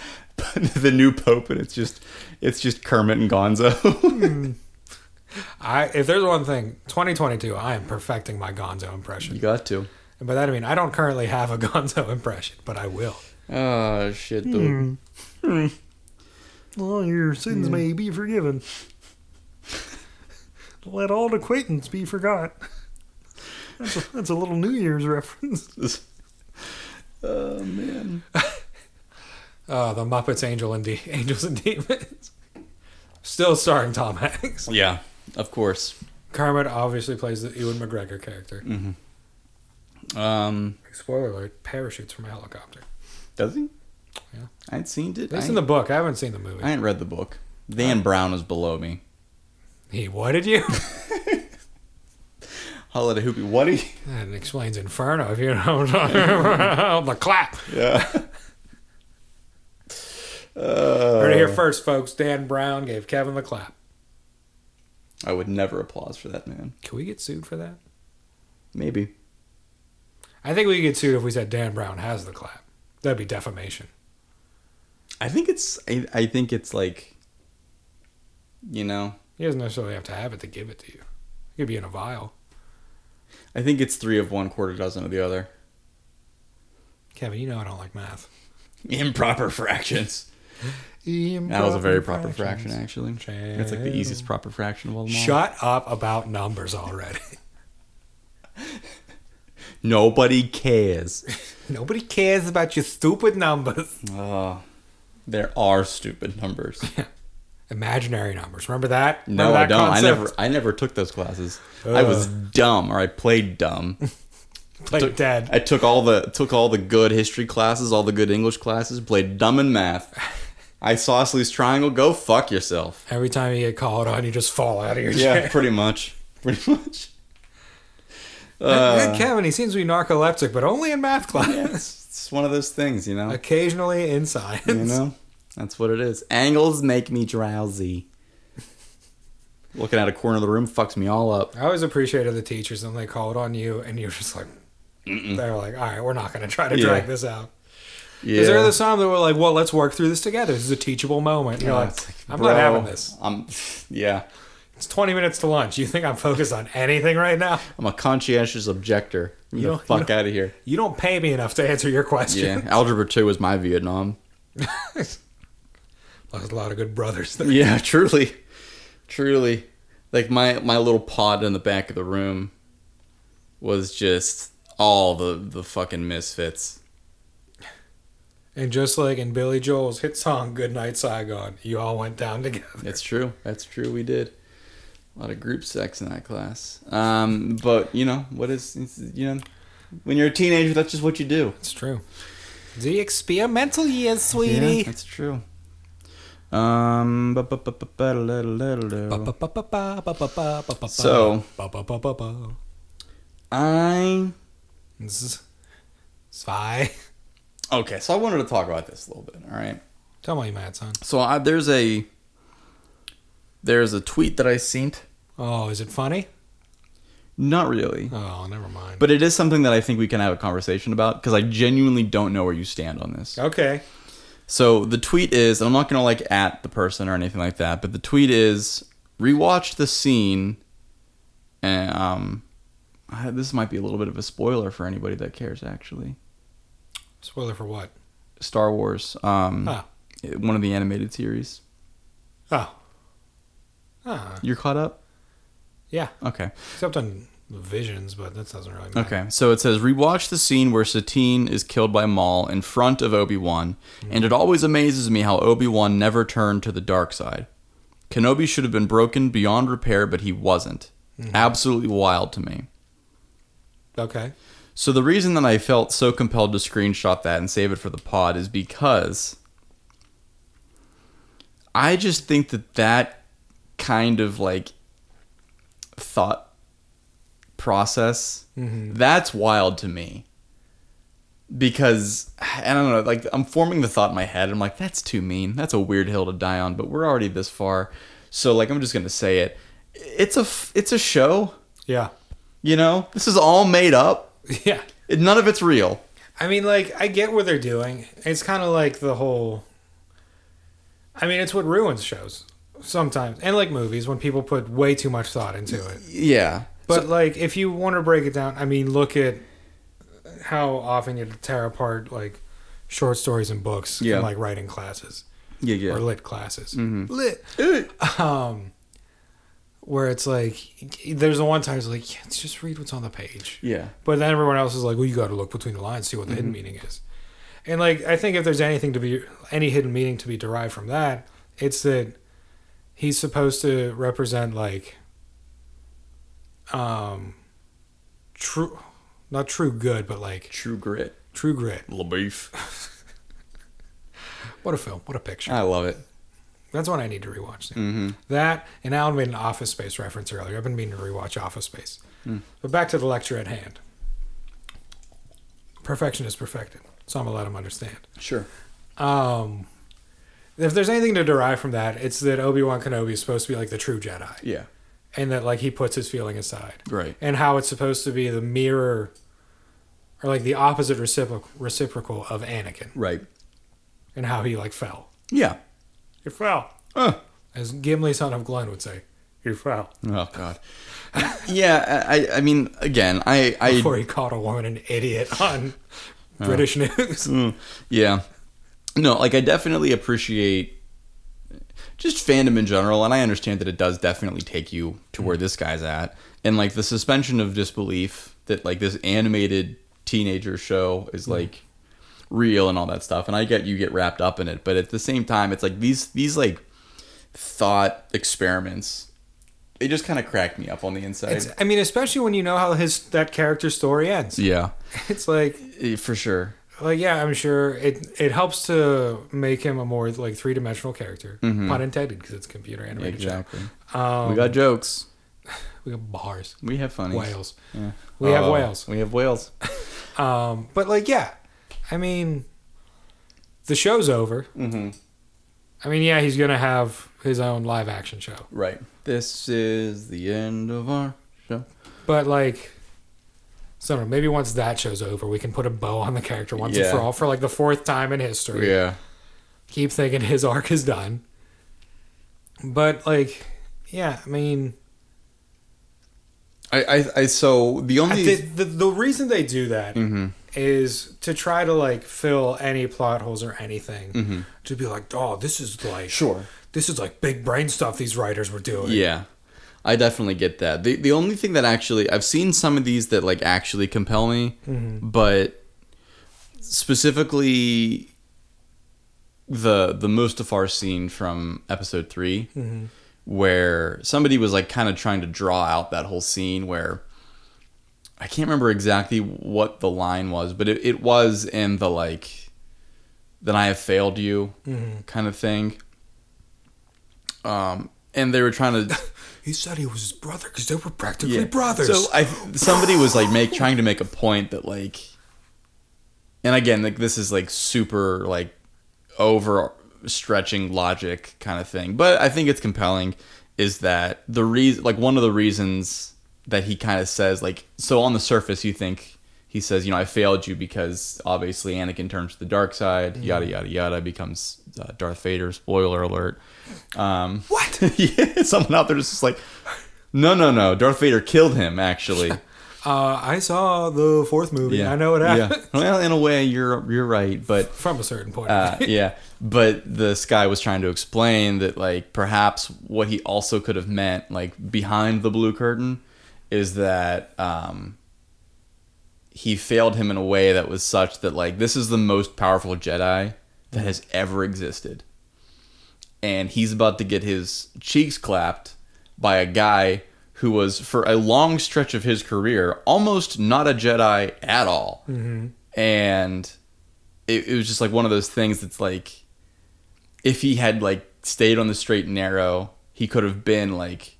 S4: the new Pope, and it's just it's just Kermit and Gonzo. [laughs]
S3: I if there's one thing, 2022, I am perfecting my Gonzo impression.
S4: got to.
S3: And by that I mean I don't currently have a [laughs] Gonzo impression, but I will.
S4: Oh shit, dude.
S3: Well, your sins may be forgiven. Let all acquaintance be forgot. That's a, that's a little New Year's reference.
S4: Hmm. Oh man.
S3: Oh, the Muppets, Angel and De- [laughs] Angels and Demons. Still starring Tom Hanks.
S4: Yeah, of course.
S3: Kermit obviously plays the Ewan McGregor character.
S4: Mm-hmm. Um,
S3: Spoiler alert: parachutes from a helicopter.
S4: does he?
S3: Yeah.
S4: I ain't seen it.
S3: At least
S4: I
S3: in the
S4: ain't-
S3: book, I haven't seen the movie.
S4: I ain't read the book. Dan Brown is below me.
S3: He what did
S4: [laughs]
S3: you?
S4: Holiday Hoopy Woody. [laughs]
S3: That explains Inferno, if you know what I'm talking about. the clap.
S4: Yeah.
S3: Heard it here first, folks. Dan Brown gave Kevin the clap.
S4: I would never applause for that man.
S3: Can we get sued for that?
S4: Maybe.
S3: I think we could get sued if we said Dan Brown has the clap. That'd be defamation.
S4: I think it's. I, I think it's like. You know,
S3: He doesn't necessarily have to have it to give it to you. It could be in a vial.
S4: I think it's three of one, quarter dozen of the other.
S3: Kevin, you know I don't like math.
S4: Improper fractions. That was a very proper fraction, actually. That's like the easiest proper fraction of all them all.
S3: Shut up about numbers already. [laughs]
S4: Nobody cares.
S3: Nobody cares about your stupid numbers.
S4: oh, there are
S3: [laughs]
S4: stupid numbers.
S3: Imaginary numbers. Remember that?
S4: No,
S3: Remember
S4: I
S3: that
S4: don't. I
S3: concept?
S4: never. I never took those classes. I was dumb, or I played dumb.
S3: Played
S4: took,
S3: dead.
S4: I took all the took all the good history classes, all the good English classes, played dumb in math. Isosceles triangle, go
S3: [laughs]
S4: fuck yourself.
S3: Every time you get called on, you just fall out of your [laughs]
S4: Yeah,
S3: chair.
S4: [laughs] pretty much. Pretty much. Uh,
S3: That- that Kevin, he seems to be narcoleptic, but only in math class.
S4: It's, it's one of those things, you know.
S3: Occasionally in science. [laughs]
S4: You know. That's what it is. Angles make me drowsy. Looking at a corner of the room fucks me all up.
S5: I always appreciated the teachers when they called on you and you're just like, they're like, all right, we're not going to try to
S4: Yeah.
S5: drag this out.
S4: Yeah.
S5: Because there are this time that we're like, well, let's work through this together. This is a teachable moment. And you're
S4: Yeah,
S5: like,
S4: it's like,
S5: I'm
S4: bro,
S5: not having this.
S4: I'm [laughs] yeah.
S5: It's 20 minutes to lunch. You think I'm focused on anything right now?
S4: I'm a conscientious objector. Get
S5: You
S4: the
S5: don't- you
S4: fuck
S5: don't-
S4: out of here.
S5: [laughs] You don't pay me enough to answer your question. [laughs]
S4: Yeah. Algebra two was my Vietnam.
S5: Lost a lot of good brothers [laughs] there.
S4: Yeah, [laughs] truly. Truly. Like my my little pod in the back of the room was just all the the fucking misfits.
S5: And just like in Billy Joel's hit song, Good Night Saigon, you all went down [laughs] together.
S4: That's true. That's true. We did a lot of group sex in that class. Um, but you know what is it's- you know when you're a teenager, that's just what you do.
S5: It's true. The experimental years,
S4: Yeah, that's true. Um, bu- bu- bu- bu- bu- da- da- da- da- da. So-
S5: So.
S4: I
S5: Spy.
S4: okay. So I wanted to talk about this a little bit. All right.
S5: Tell me, Matt, son.
S4: So I, there's a there's a tweet that I seen.
S5: Oh, is it funny?
S4: Not really,
S5: Oh, never mind.
S4: but it is something that I think we can have a conversation about because I genuinely don't know where you stand on this.
S5: okay.
S4: So the tweet is, and I'm not gonna like at the person or anything like that, but the tweet is rewatch the scene. And um, I- this might be a little bit of a spoiler for anybody that cares. Actually,
S5: Spoiler for what?
S4: Star Wars, um,
S5: Oh.
S4: one of the animated series.
S5: Oh. Ah,
S4: You're caught up.
S5: yeah.
S4: Okay.
S5: Except on visions, but that doesn't really matter.
S4: Okay, so it says rewatch the scene where Satine is killed by Maul in front of Obi Wan, and it always amazes me how Obi Wan never turned to the dark side. Kenobi should have been broken beyond repair, but he wasn't. Absolutely wild to me.
S5: Okay.
S4: So the reason that I felt so compelled to screenshot that and save it for the pod is because I just think that that kind of like thought process that's wild to me because I don't know like I'm forming the thought in my head I'm like that's too mean that's a weird hill to die on but we're already this far so like I'm just going to say it it's a f- it's a show
S5: Yeah.
S4: you know this is all made up
S5: Yeah.
S4: None of it's real.
S5: I mean, like, I get what they're doing. It's kind of like the whole. I mean, it's what ruins shows sometimes, and like movies when people put way too much thought into it.
S4: Yeah.
S5: But like, if you want to break it down, I mean, look at how often you tear apart like short stories and books
S4: Yeah.
S5: in like writing classes
S4: yeah, Mm-hmm. Eh.
S5: or
S4: yeah.
S5: lit classes. Lit. Um, where it's like, there's the one time it's like, yeah, just read what's on the page.
S4: Yeah.
S5: But then everyone else is like, well, you got to look between the lines, see what the hidden meaning is. And like, I think if there's anything to be any hidden meaning to be derived from that, it's that he's supposed to represent like, um, true, not true good, but like
S4: True grit.
S5: true grit.
S4: La beef.
S5: What a film! What a picture!
S4: I love it.
S5: That's what I need to rewatch.
S4: Mm-hmm.
S5: That and Alan made an Office Space reference earlier. I've been meaning to rewatch Office Space.
S4: Mm.
S5: But back to the lecture at hand. Perfection is perfected, so I'm gonna let him understand.
S4: Sure.
S5: Um, if there's anything to derive from that, it's that Obi Wan Kenobi is supposed to be like the true Jedi,
S4: Yeah.
S5: and that like he puts his feeling aside,
S4: Right.
S5: and how it's supposed to be the mirror, or like the opposite recipro- reciprocal of Anakin,
S4: Right.
S5: and how he like fell.
S4: Yeah.
S5: He fell,
S4: Uh.
S5: as Gimli, son of Glenn, would say. He fell
S4: Oh God. [laughs] yeah. I. I- I mean, again, I. I.
S5: before he called a woman an idiot [laughs] on British news.
S4: Mm, yeah. No, like I definitely appreciate just fandom in general, and I understand that it does definitely take you to
S5: Mm-hmm.
S4: where this guy's at, and like the suspension of disbelief that like this animated teenager show is
S5: Mm-hmm.
S4: like real and all that stuff, and I get you get wrapped up in it, but at the same time, it's like these these like thought experiments. They just kind of crack me up on the inside.
S5: It's, I mean, especially when you know how his that character's story ends.
S4: yeah,
S5: It's like
S4: eh, for sure.
S5: Like yeah, I'm sure it it helps to make him a more like three dimensional character, pun intended, because it's a computer animated. Exactly.
S4: Exactly.
S5: Um,
S4: we got jokes.
S5: we got bars,
S4: We have funnies.
S5: whales. We have
S4: Oh,
S5: whales.
S4: We have whales.
S5: Um, but like yeah, I mean, the show's over. Mm-hmm. I mean, yeah, he's gonna have his own live action show,
S4: Right. This is the end of our show.
S5: but like, so I don't know, maybe once that show's over, we can put a bow on the character once
S4: Yeah.
S5: and for all for like the fourth time in history.
S4: Yeah.
S5: Keep thinking his arc is done, but like, yeah, I mean,
S4: I, I, I so the only
S5: the, the the reason they do that is
S4: Mm-hmm.
S5: to try to like fill any plot holes or anything to be like, oh, this is
S4: Mm-hmm.
S5: like
S4: Sure.
S5: this is like big brain stuff these writers were doing.
S4: Yeah. I definitely get that. The the only thing that actually I've seen some of these that like actually compel me, but specifically the the Mustafar scene from episode 3 where somebody was like kind of trying to draw out that whole scene where I can't remember exactly what the line was, but it, it was in the like then I have failed you kind of thing. Um and they were trying to
S5: He said he was his brother because they were practically
S4: Yeah.
S5: brothers.
S4: So I somebody was like make trying to make a point that like, and again like this is like super like over stretching logic kind of thing, but I think it's compelling. Is that the reason? Like one of the reasons that he kind of says like so on the surface you think he says you know I failed you because obviously Anakin turns to the dark side
S5: Mm.
S4: yada yada yada becomes uh, Darth Vader spoiler alert. Um,
S5: what?
S4: [laughs] yeah, someone out there is just like, no, no, no. Darth Vader killed him,
S5: [laughs]
S4: actually.
S5: Uh, I saw the fourth movie. I know what
S4: Yeah.
S5: happened
S4: Well, in a way, you're you're right, but
S5: from a certain point.
S4: uh, yeah. But this guy was trying to explain that, like, perhaps what he also could have meant, like, behind the blue curtain, is that um, he failed him in a way that was such that, like, this is the most powerful Jedi that has ever existed. And he's about to get his cheeks clapped by a guy who was, for a long stretch of his career, almost not a Jedi at all. And it, it was just like one of those things that's like if he had like stayed on the straight and narrow he could have been like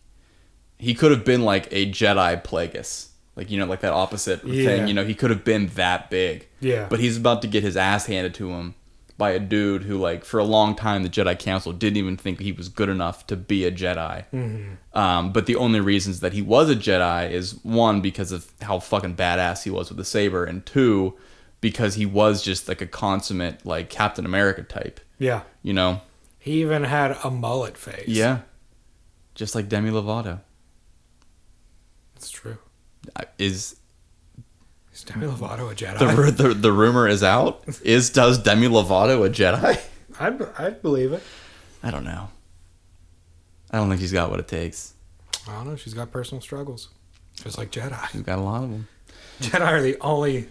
S4: he could have been like a jedi plagueis like you know like that opposite
S5: Yeah.
S4: thing you know he could have been that big
S5: Yeah.
S4: but he's about to get his ass handed to him by a dude who like for a long time the jedi council didn't even think he was good enough to be a jedi um, but the only reasons that he was a Jedi is one because of how fucking badass he was with the saber, and two because he was just like a consummate like Captain America type.
S5: yeah,
S4: You know?
S5: he even had a mullet face.
S4: Yeah. Just like Demi Lovato
S5: it's true.
S4: I- is
S5: Is Demi Lovato a Jedi?
S4: the ru- the, the rumor is out is does Demi Lovato a Jedi?
S5: [laughs] I'd, I'd believe it.
S4: I don't know. I don't think she's got what it takes.
S5: I don't know. She's got personal struggles, just like Jedi. [laughs]
S4: She's got a lot of them.
S5: Jedi are the only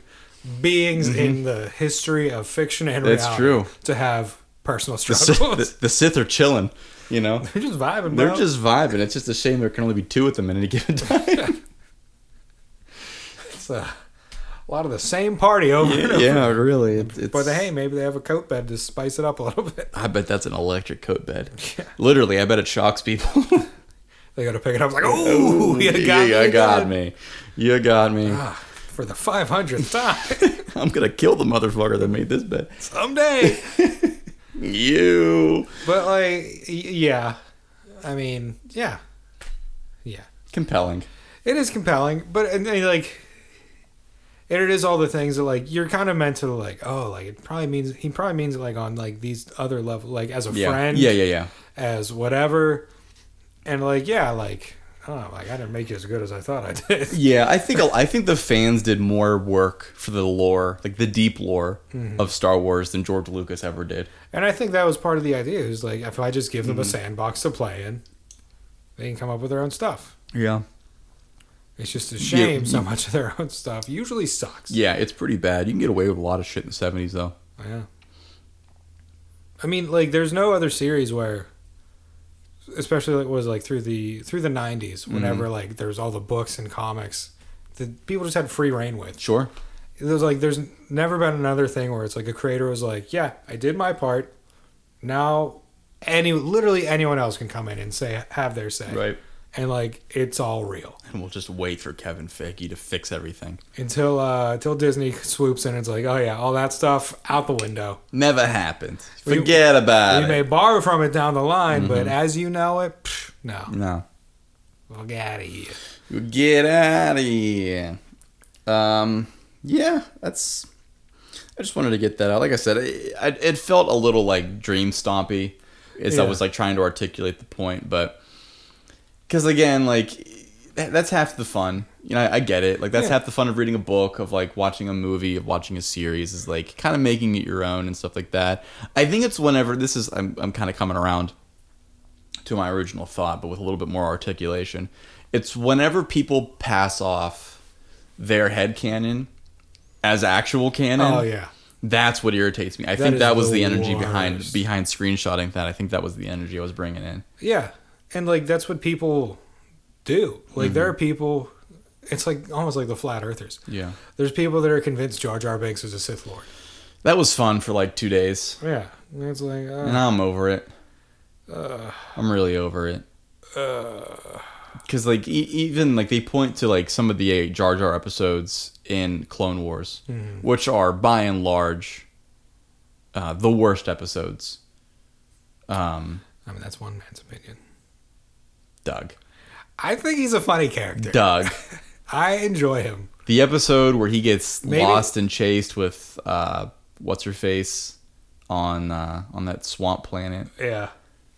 S5: beings in the history of fiction and reality
S4: Mm-hmm. That's true.
S5: to have
S4: [laughs]
S5: personal
S4: The,
S5: struggles.
S4: Sith-
S5: [laughs]
S4: the, the Sith are chilling. You know.
S5: They're just vibing.
S4: They're
S5: bro.
S4: just vibing. It's just a shame there can only be two of them at any given time.
S5: [laughs] It's, uh, a lot of the same party over and
S4: [laughs]
S5: over.
S4: yeah, really. It, it's,
S5: [laughs] But hey, maybe they have a coat bed to spice it up a little bit. [laughs]
S4: I bet that's an electric coat bed. Literally, I bet it shocks people. [laughs]
S5: They got to pick it up. It's like, oh, you got me.
S4: you
S5: again."
S4: got me. You got me.
S5: Ah, for
S4: [laughs]
S5: the 500th time [laughs]
S4: I'm gonna kill the motherfucker that made this bed.
S5: someday.
S4: You
S5: But like, y- yeah, I mean, yeah, yeah.
S4: compelling.
S5: It is compelling, but and, and, like, and it is all the things that like you're kind of meant to like. Oh, like it probably means he probably means it like on like these other level, like as a
S4: Yeah.
S5: friend,
S4: Yeah, yeah, yeah.
S5: as whatever, and like yeah, like oh, like I didn't make you as good as I thought I [laughs] did.
S4: Yeah, I think I think the fans did more work for the lore, like the deep lore of Star Wars, than George Lucas ever did.
S5: And I think that was part of the idea. Is like if I just give
S4: Mm-hmm.
S5: them a sandbox to play in, they can come up with their own stuff.
S4: Yeah.
S5: It's just a shame so much of their own stuff usually sucks.
S4: Yeah, it's pretty bad. You can get away with a lot of shit in the '70s, though.
S5: Oh, Yeah. I mean, like, there's no other series where, especially like was like through the through the '90s, whenever like there's all the books and comics that people just had free reign with.
S4: Sure.
S5: There's like there's never been another thing where it's like a creator was like, yeah, I did my part. Now, any literally anyone else can come in and say have their say.
S4: Right.
S5: and like it's all real
S4: And we'll just wait for Kevin Feige to fix everything.
S5: until uh until Disney swoops in and it's like, oh yeah, all that stuff out the window.
S4: Never happened. Forget about
S5: You
S4: it.
S5: may borrow from it Mm-hmm. down the line, but as you know it, pff, no,
S4: no.
S5: we'll get out of here.
S4: Get out of here. Um, yeah, that's. I just wanted to get that out. Like I said, it, I- it felt a little like dream stompy, as I
S5: Yeah.
S4: was like trying to articulate the point, but because again, like that, that's half the fun. You know, I, I get it. Like that's
S5: Yeah.
S4: half the fun of reading a book, of like watching a movie, of watching a series, is like kind of making it your own and stuff like that. I think it's whenever this is. I'm I'm kind of coming around to my original thought, but with a little bit more articulation. It's whenever people pass off their head canon as actual canon.
S5: Oh yeah.
S4: That's what irritates me. I
S5: That
S4: think
S5: is
S4: that was the,
S5: the
S4: energy behind
S5: worst.
S4: behind screenshotting that. I think that was the energy I was bringing in.
S5: Yeah. And like that's what people do. Like there are people it's like almost like the flat earthers.
S4: Yeah.
S5: There's people that are convinced Jar Jar Binks is a Sith Lord.
S4: That was fun for like 2 days.
S5: Yeah. And it's like uh,
S4: And I'm over it. I'm really over it.
S5: Uh.
S4: Because like e- even like they point to like some of the uh, Jar Jar episodes in Clone Wars,
S5: Mm-hmm.
S4: which are by and large uh, the worst episodes. Um,
S5: I mean that's one man's opinion.
S4: Doug,
S5: I think he's a funny character.
S4: Doug,
S5: [laughs] I enjoy him.
S4: the episode where he gets
S5: Maybe-
S4: lost and chased with uh, what's her face on uh, on that swamp planet.
S5: Yeah.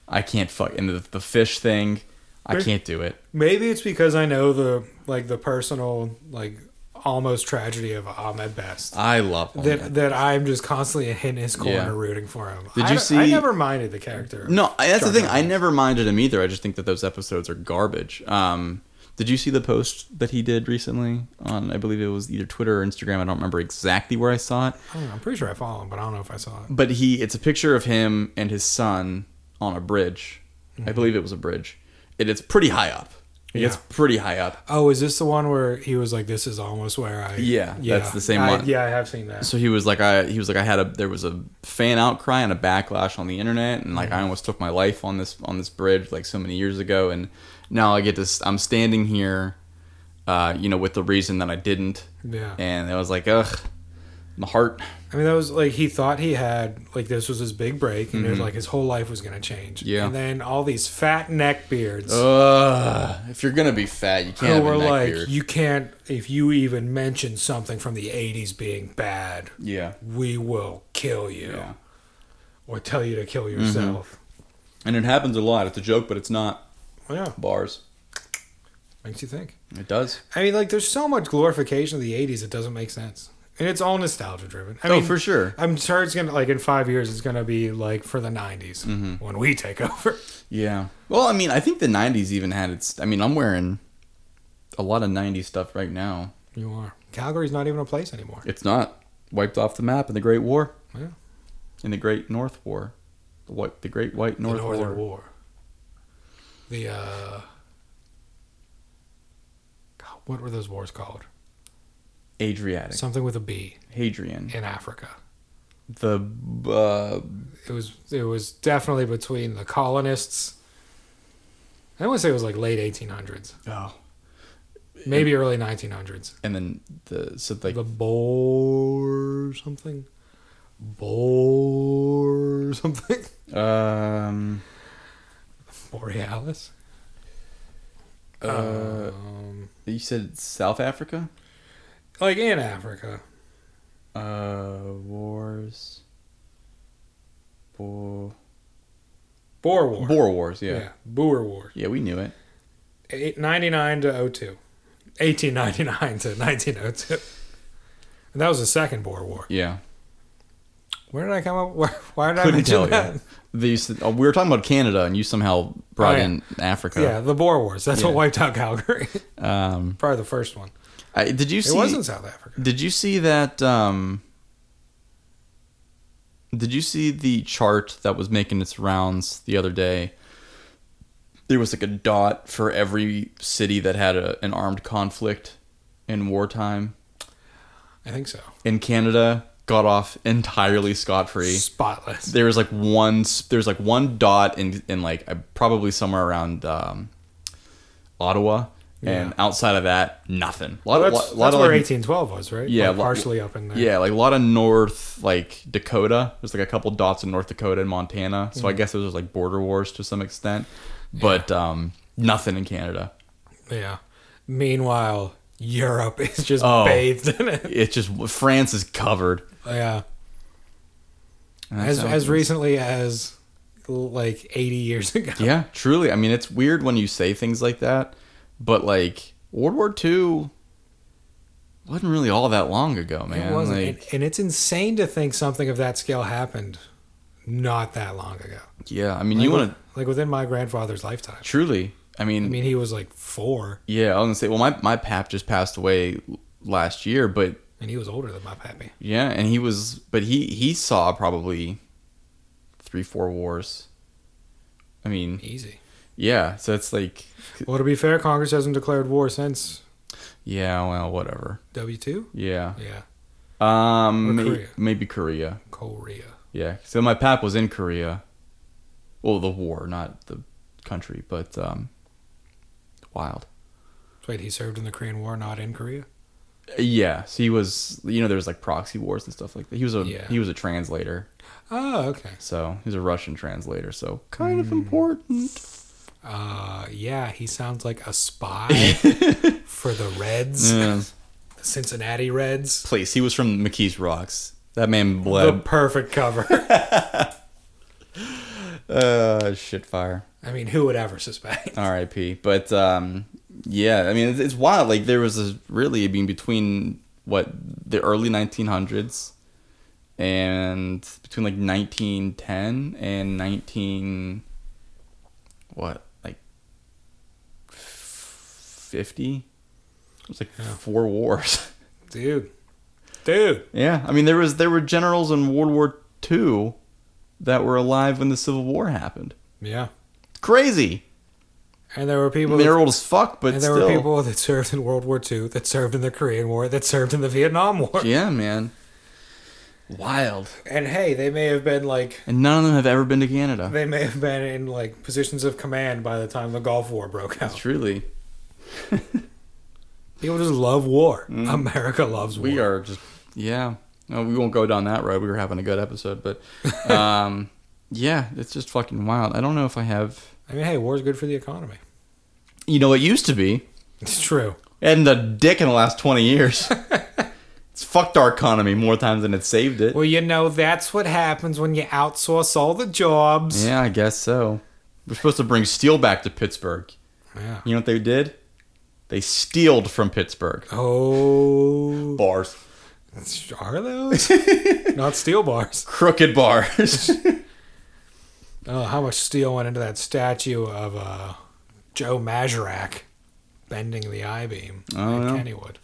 S4: I can't fuck and the, the fish thing. I
S5: Right.
S4: can't do it.
S5: Maybe it's because I know the like the personal like almost tragedy of Ahmed Best.
S4: I love
S5: that
S4: Omega.
S5: that I'm just constantly in his corner
S4: Yeah.
S5: rooting for him.
S4: Did you
S5: I don't- I
S4: see-
S5: never minded the character.
S4: No, I- that's the
S5: Jar
S4: thing.
S5: Jar
S4: I never minded him either. I just think that those episodes are garbage. Um, did you see the post that he did recently on? I believe it was either Twitter or Instagram. I don't remember exactly where I saw it,
S5: I don't know, Hmm, I'm pretty sure I follow him, but I don't know if I saw it.
S4: but he it's a picture of him and his son on a bridge. I believe it was a bridge, and it's pretty high up. It gets
S5: Mm-hmm. Yeah.
S4: pretty high up.
S5: Oh, is this the one where he was like, "This is almost where I"?
S4: Yeah, that's the same
S5: I-
S4: one.
S5: Yeah, I have seen that.
S4: So he was like, I he was like, I had a there was a fan outcry and a backlash on the internet, and like
S5: Mm-hmm.
S4: I almost took my life on this on this bridge like so many years ago, and now I get to s- I'm standing here, uh, you know, with the reason that I didn't,
S5: Yeah,
S4: and I was like, ugh, my heart,
S5: I mean that was like he thought he had like this was his big break, and it was like his whole life was gonna change.
S4: Mm-hmm. Yeah.
S5: and then all these fat neck beards
S4: ugh, if you're gonna be fat, you
S5: who
S4: can't.
S5: were
S4: have a neck
S5: like,
S4: beard.
S5: "You can't if you even mention something from the '80s being bad,
S4: yeah,
S5: we will kill you
S4: yeah, Mm-hmm.
S5: or tell you to kill yourself."
S4: and it happens a lot. It's a joke, but it's not
S5: Yeah,
S4: bars.
S5: makes you think.
S4: It does.
S5: I mean, like, there's so much glorification of the '80s; it doesn't make sense, and it's all nostalgia driven. I
S4: oh,
S5: mean,
S4: for sure.
S5: I'm sure it's gonna like in five years, it's gonna be like for the '90s
S4: Mm-hmm.
S5: when we take [laughs] over.
S4: Yeah. Well, I mean, I think the '90s even had its. I mean, I'm wearing a lot of '90s stuff right now.
S5: You are. Calgary's not even a place anymore.
S4: It's not wiped off the map in the Great War.
S5: Yeah.
S4: In the Great North War, the white, the Great White
S5: The
S4: North
S5: Northern
S4: War.
S5: War. The uh, God, what were those wars called?
S4: Adriatic,
S5: Something with a B
S4: Hadrian,
S5: in Africa.
S4: the uh,
S5: It was. It was definitely between the colonists. I want to say it was like late 1800s,
S4: oh,
S5: maybe early 1900s.
S4: and then the so like
S5: the boar something boar something [laughs]
S4: um
S5: borealis
S4: uh
S5: um
S4: you said South Africa
S5: like in africa
S4: uh wars. Boer,
S5: boer war
S4: Boer Wars, yeah.
S5: yeah,
S4: yeah,
S5: boer war
S4: we knew it.
S5: Eight, 99 to 02 1899 to 1902 and that was the second boer war
S4: Yeah,
S5: where did i come up [laughs] why, why did i
S4: couldn't
S5: mention
S4: tell
S5: that
S4: you. These oh, we were talking about Canada, and you somehow brought
S5: Oh, yeah.
S4: in Africa.
S5: yeah the boer wars that's
S4: Yeah.
S5: what wiped out calgary
S4: Um,
S5: [laughs] probably the first one
S4: I, did you
S5: it
S4: see?
S5: wasn't south africa
S4: Did you see that? Um, did you see the chart that was making its rounds the other day? There was like a dot for every city that had a, an armed conflict in wartime.
S5: i think so
S4: In Canada, got off entirely scot free.
S5: spotless
S4: There was like one. s- There's like one dot in in like uh, probably somewhere around um, Ottawa, and outside of that, nothing. A lot,
S5: Well,
S4: of-
S5: that's,
S4: lot, lot
S5: that's
S4: of
S5: where
S4: like,
S5: 1812 was, right?
S4: yeah,
S5: Like,
S4: lo-
S5: partially up in there.
S4: Yeah, like a lot of North, like Dakota. There's like a couple dots in North Dakota and Montana. So
S5: Mm-hmm.
S4: I guess those was like border wars to some extent, but um, nothing in Canada.
S5: Yeah. Meanwhile, Europe [laughs] is just
S4: Oh.
S5: bathed in it.
S4: It's just France is covered.
S5: Yeah.
S4: And that's
S5: As
S4: how it
S5: as
S4: is.
S5: recently as like 80 years [laughs] ago.
S4: yeah, truly. I mean, it's weird when you say things like that, but like World War II wasn't really all that long ago, man.
S5: it wasn't.
S4: Like,
S5: and, and it's insane to think something of that scale happened not that long ago.
S4: yeah, I mean,
S5: Like,
S4: you want to
S5: like within my grandfather's lifetime.
S4: truly. I mean,
S5: I mean, he was like 4
S4: yeah, I was gonna say. Well, my my pap just passed away last year, but
S5: and he was older than my pappy.
S4: Yeah, and he was, but he he saw probably three, four wars. I mean,
S5: Easy.
S4: yeah. So it's like,
S5: Well, to be fair, Congress hasn't declared war since
S4: yeah, well, whatever.
S5: W2.
S4: Yeah.
S5: Yeah. Or
S4: Um, may-
S5: Korea.
S4: maybe Korea.
S5: Korea.
S4: Yeah. So my pap was in Korea. Well, the war, not the country, but um, wild.
S5: Wait, he served in the Korean War, not in Korea?
S4: Yeah. So he was, you know, there was like proxy wars and stuff like that. He was a
S5: Yeah.
S4: he was a translator,
S5: Oh, okay.
S4: so he was a Russian translator, so kind of important.
S5: Uh, yeah, he sounds like a spy for the Reds,
S4: Yeah.
S5: the Cincinnati Reds.
S4: [laughs] place. He was from McKees Rocks. That man
S5: The
S4: bled
S5: perfect cover. [laughs]
S4: uh, shit fire.
S5: I mean, who would
S4: [laughs]
S5: ever suspect?
S4: R.I.P. But um, yeah, I mean it's, it's wild. Like there was a really I mean between what the early 1900s and between like 1910 and 19 what like 50. It was like four wars. [laughs]
S5: Dude. Dude.
S4: yeah, I mean there was there were generals in World War II that were alive when the Civil War happened.
S5: Yeah.
S4: crazy.
S5: And there were people.
S4: I mean, they're
S5: that-
S4: old as fuck, but
S5: and there
S4: still.
S5: were people that served in World War II, that served in the Korean War, that served in the Vietnam War.
S4: [laughs] Yeah, man. Wild.
S5: And hey, they may have been like
S4: And none of them have ever been to Canada.
S5: they may have been in like positions of command by the time the Gulf War broke out.
S4: Truly,
S5: People just love war.
S4: Mm.
S5: America loves war.
S4: we are just yeah. No, we won't go down that road. We were having a good episode, but um, [laughs] yeah, it's just fucking wild. I don't know if I have.
S5: I mean, hey, war's good for the economy.
S4: You know, it used to be,
S5: It's true.
S4: and the dick in the last twenty [laughs] years. it's fucked our economy more times than it saved it.
S5: Well, you know, that's what happens when you outsource all the jobs.
S4: Yeah, I guess so. We're supposed to bring steel back to Pittsburgh.
S5: Yeah.
S4: You know what they did? They stealed from Pittsburgh.
S5: Oh,
S4: Bars.
S5: are [laughs] those not steel bars?
S4: crooked [laughs] bars.
S5: Oh, how much steel went into that statue of uh, Joe Majorak bending the I beam at
S4: don't know.
S5: Kennywood?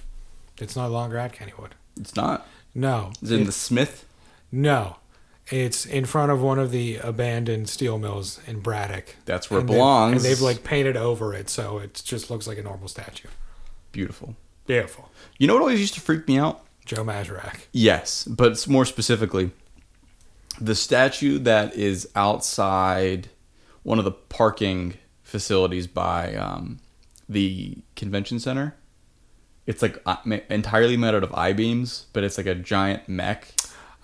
S5: It's no longer at Kennywood.
S4: it's not.
S5: No,
S4: Is it in the Smith?
S5: no, it's in front of one of the abandoned steel mills in Braddock.
S4: That's where it
S5: And they've-
S4: belongs.
S5: And they've like painted over it, so it just looks like a normal statue.
S4: beautiful.
S5: Beautiful,
S4: You know what always used to freak me out?
S5: Joe Majorak.
S4: Yes, but it's more specifically, the statue that is outside one of the parking facilities by um, the convention center. It's like uh, ma- entirely made out of I beams, but it's like a giant mech.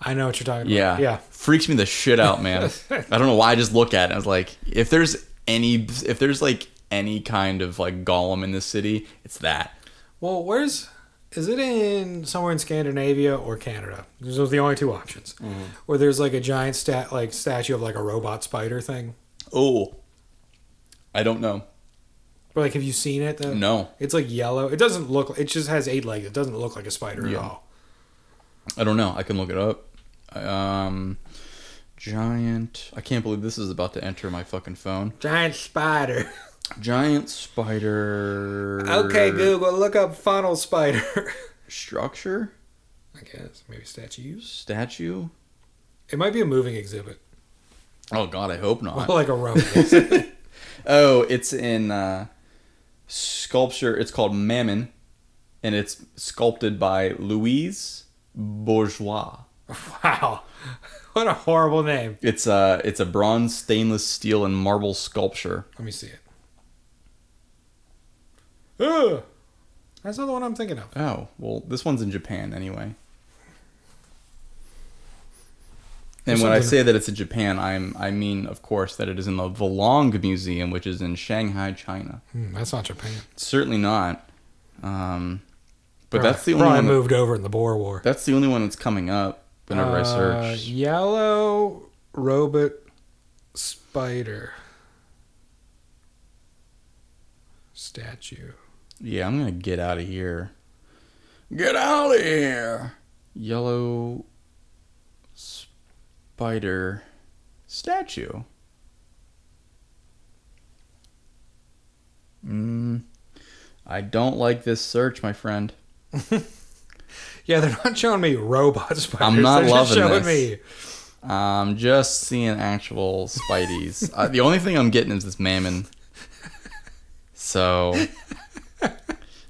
S5: I know what you're talking about.
S4: Yeah.
S5: Yeah.
S4: Freaks me the shit out, man. I don't know why I just look at it. I was like, if there's any, if there's like any kind of like golem in this city, it's that.
S5: Well, where's is it in somewhere in Scandinavia or Canada? Those are the only two options.
S4: Mm-hmm.
S5: Where there's like a giant stat like statue of like a robot spider thing.
S4: Oh, I don't know.
S5: Or like have you seen it? The-
S4: No,
S5: It's like yellow. It doesn't look it just has eight legs. It doesn't look like a spider
S4: Yeah.
S5: at all.
S4: I don't know. I can look it up. Um, giant. I can't believe this is about to enter my fucking phone. [laughs]
S5: Giant spider.
S4: Giant spider.
S5: Okay, Google, look up funnel spider. [laughs]
S4: Structure
S5: I guess maybe statues.
S4: statue.
S5: It might be a moving exhibit. [laughs]
S4: Oh God, I hope not.
S5: like
S4: [laughs]
S5: a robot.
S4: Oh, it's in uh, sculpture. It's called Mammon, and it's sculpted by Louise Bourgeois.
S5: wow. What a horrible name.
S4: It's a it's a bronze, stainless steel, and marble sculpture.
S5: Let me see it. Ugh. That's not the one I'm thinking of.
S4: Oh, well, this one's in Japan anyway. And when I
S5: something-
S4: say that it's in Japan, I'm I mean, of course, that it is in the Volong Museum, which is in Shanghai, China.
S5: Hmm, that's not Japan.
S4: Certainly not. Um, but
S5: Probably-
S4: that's the only
S5: probably
S4: one. That,
S5: moved over in the Boer War.
S4: that's the only one that's coming up whenever I
S5: Uh,
S4: search.
S5: Yellow robot spider statue.
S4: Yeah, I'm gonna get out of here. Get out of here. Yellow spider statue. Mm, I don't like this search, my friend.
S5: Yeah, they're not showing me robot [laughs] spiders.
S4: not
S5: they're
S4: loving
S5: just showing
S4: this.
S5: me.
S4: I'm just seeing actual [laughs] Spideys. uh, the only thing I'm getting is this mammon. So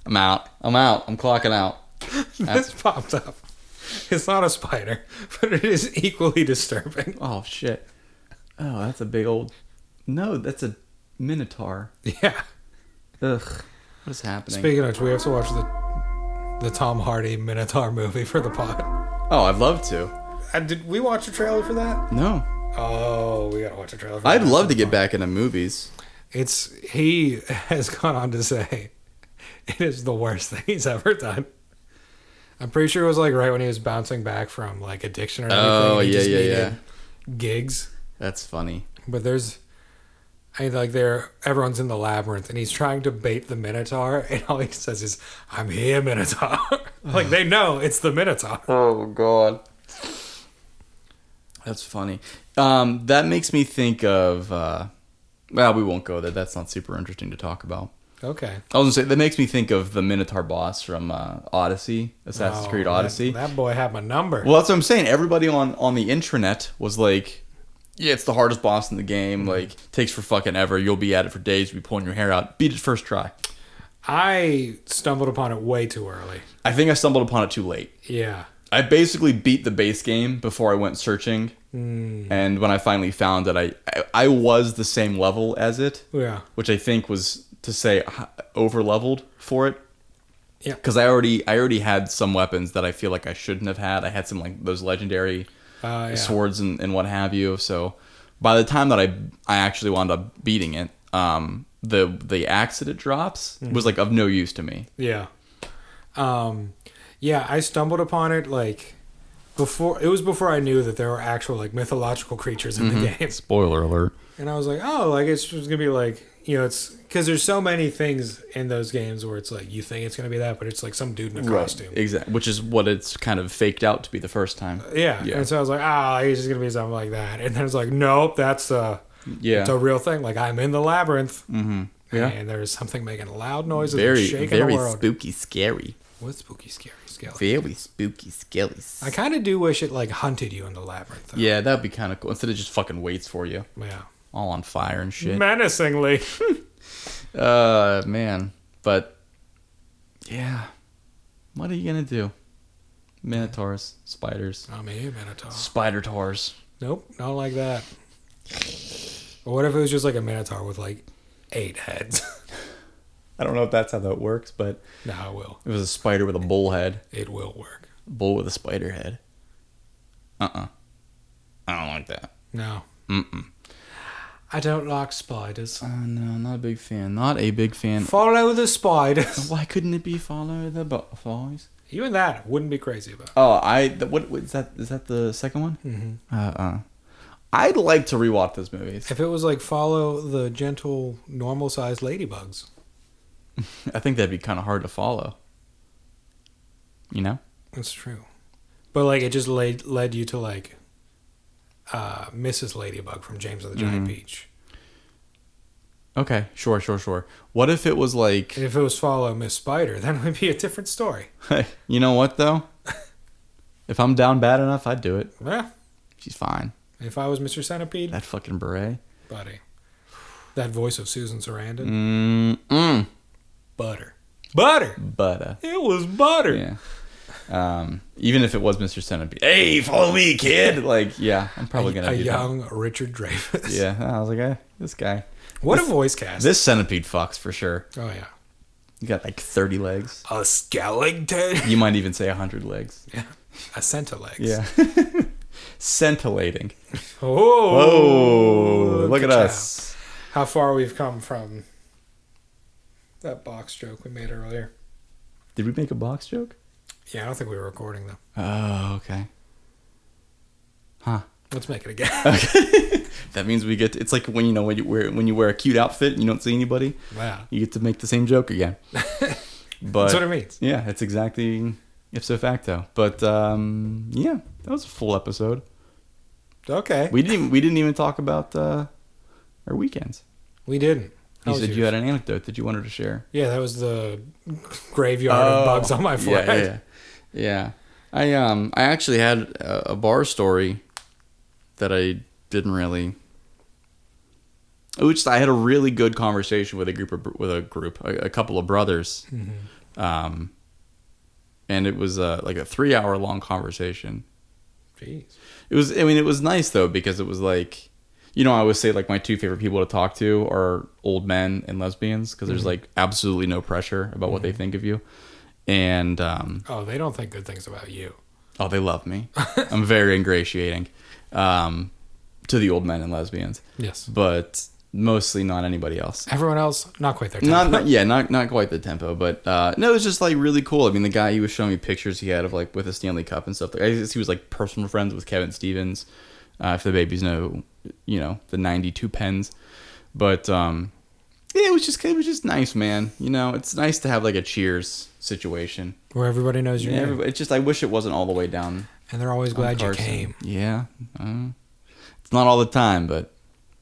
S4: I'm out. I'm out. I'm clocking [laughs] out.
S5: This popped up. It's not a spider, [laughs] but it is
S4: [laughs]
S5: equally disturbing.
S4: Oh shit. Oh, that's a big old. No, that's a minotaur.
S5: Yeah.
S4: Ugh. What is happening?
S5: Speaking of which, we have to watch the the Tom Hardy Minotaur movie for the pod.
S4: oh, I'd love to.
S5: Uh, did we watch a trailer for that?
S4: No,
S5: Oh, we gotta watch a trailer. For
S4: I'd
S5: that.
S4: love to get back into movies.
S5: It's he has gone on to say it is the worst thing he's ever done. I'm pretty sure it was like right when he was bouncing back from like addiction or anything.
S4: Oh,
S5: he
S4: yeah,
S5: just
S4: yeah,
S5: needed Gigs,
S4: That's funny.
S5: but there's. I like they're everyone's in the labyrinth and he's trying to bait the Minotaur [laughs] and all he says is, I'm here, Minotaur. [laughs] like they know it's the Minotaur.
S4: Oh god. That's funny. Um, that makes me think of. Uh, well, we won't go there. That's not super interesting to talk about.
S5: Okay.
S4: I was gonna say that makes me think of the Minotaur boss from uh, Odyssey, Assassin's
S5: Oh,
S4: Creed
S5: that-
S4: Odyssey.
S5: That, boy had my number.
S4: Well, that's what I'm saying. Everybody on on the intranet was like, "Yeah, it's the hardest boss in the game. Like, takes for fucking ever. You'll be at it for days. You'll be pulling your hair out. Beat it first try."
S5: I stumbled upon it way too early.
S4: I think I stumbled upon it too late.
S5: Yeah.
S4: I basically beat the base game before I went searching,
S5: Hmm.
S4: and when I finally found it, I, I I was the same level as it,
S5: Yeah.
S4: which I think was to say over leveled for it.
S5: Yeah.
S4: because I already I already had some weapons that I feel like I shouldn't have had. I had some like those legendary
S5: Uh, yeah.
S4: swords and, and what have you. So by the time that I I actually wound up beating it, um, the the axe that it drops
S5: Hmm.
S4: was like of no use to me.
S5: Yeah. Um yeah, I stumbled upon it like before it was before I knew that there were actual like mythological creatures in
S4: Mm-hmm.
S5: the games.
S4: Spoiler alert.
S5: And I was like, "Oh, like it's just going to be like, you know, it's cuz there's so many things in those games where it's like you think it's going to be that, but it's like some dude in a costume."
S4: Exactly, which is what it's kind of faked out to be the first time.
S5: Yeah.
S4: Yeah.
S5: And so I was like, "Ah, he's just going to be something like that." And then it's like, "Nope, that's uh
S4: Yeah.
S5: it's a real thing. Like I'm in the labyrinth." Mm-hmm.
S4: Yeah.
S5: And there's something making loud noises and
S4: very
S5: shaking
S4: very
S5: the world.
S4: spooky, scary.
S5: What's spooky scary scary?
S4: Very spooky, skellies.
S5: I kind of do wish it like hunted you in the labyrinth. though.
S4: yeah, that'd be kind of cool. Instead of just fucking waits for you,
S5: Yeah.
S4: all on fire and shit.
S5: menacingly.
S4: [laughs] Uh, man. But yeah, what are you gonna do? Minotaurs, spiders,
S5: I'm here, Minotaur.
S4: spider tars.
S5: Nope, not like that. Or what if it was just like a Minotaur with like eight heads? [laughs]
S4: I don't know if that's how that works, but
S5: nah, it will.
S4: it was a spider with a bull head,
S5: It will work.
S4: bull with a spider head. Uh uh I don't like that.
S5: No. I don't like spiders.
S4: Oh no, not a big fan. Not a big fan.
S5: Follow the
S4: [laughs]
S5: spiders. [laughs]
S4: Why couldn't it be follow the butterflies?
S5: Even that I wouldn't be crazy about.
S4: Oh, I th- what what is that? Is that the second one? Mm-hmm. Uh uh-uh. uh. i would like to rewatch those movies.
S5: If it was like follow the gentle, normal sized ladybugs.
S4: I think that'd be kind of hard to follow. You know?
S5: That's true. But like it just laid, led you to like uh, Mrs. Ladybug from James of the Giant Peach.
S4: Okay, sure, sure, sure. What if it was like,
S5: And if it was follow Miss Spider, [laughs] then it would be a different story.
S4: [laughs] you know what though? If I'm down bad enough, I'd do it.
S5: Yeah.
S4: She's fine.
S5: If I was Mr. Centipede,
S4: That fucking beret.
S5: buddy. That voice of Susan Sarandon,
S4: Mm. Mm-mm.
S5: butter. Butter.
S4: But uh,
S5: It was butter.
S4: yeah. Um, even if it was Mr. Centipede, hey, follow me, kid. Like, yeah, I'm probably gonna
S5: a
S4: do
S5: young Richard Dreyfuss. [laughs]
S4: that. Yeah, I was like, eh, this guy,
S5: What a voice cast.
S4: this centipede fucks for sure.
S5: oh yeah.
S4: You got like 30 legs.
S5: A skeleton.
S4: You might even say 100 legs.
S5: Yeah. A centerlegs.
S4: [laughs] Scintillating.
S5: Oh.
S4: Oh, look at
S5: ya.
S4: us.
S5: How far we've come from that box joke we made earlier.
S4: Did we make a box joke?
S5: Yeah, I don't think we were recording though.
S4: Oh, okay. Huh.
S5: Let's make it again.
S4: [laughs] That means we get. To, it's like when you know when you wear when you wear a cute outfit and you don't see anybody,
S5: wow.
S4: you get to make the same joke again. But
S5: [laughs] That's what it means.
S4: Yeah, that's exactly ipso facto. But um, yeah, that was a full episode.
S5: Okay. We,
S4: We didn't. We didn't even talk about uh, our weekends.
S5: didn't. That
S4: You
S5: was
S4: said you
S5: yours.
S4: had an anecdote that you wanted to share.
S5: Yeah, that was the graveyard of bugs on my forehead.
S4: Oh. Yeah, yeah, yeah. Yeah. I um I actually had a, a bar story that I didn't really. Which I had a really good conversation with a group of, with a group a, a couple of brothers,
S5: Mm-hmm.
S4: um, and it was uh, like a three hour long conversation.
S5: Jeez.
S4: It was I mean it was nice though because it was like, you know I always say like my two favorite people to talk to are old men and lesbians because there's like absolutely no pressure about what they think of you, and um,
S5: Oh, they don't think good things about you.
S4: Oh, they love me. I'm very ingratiating um, to the old men and lesbians,
S5: Yes.
S4: but mostly not anybody else.
S5: Everyone else, not quite their
S4: [laughs]
S5: time.
S4: Not,
S5: [laughs]
S4: not yeah, not not quite the tempo, but uh, no, it was just like really cool. I mean, the guy he was showing me pictures he had of like with a Stanley Cup and stuff. Like I guess he was like personal friends with Kevin Stevens. Uh, if the babies know, you know the '92 Pens, but um, yeah, it was just it was just nice, man. You know, it's nice to have like a Cheers situation.
S5: Where everybody knows your
S4: Yeah,
S5: name.
S4: everybody- it's just I wish it wasn't all the way down
S5: And they're always glad you
S4: Carson.
S5: came.
S4: Yeah, uh, it's not all the time, but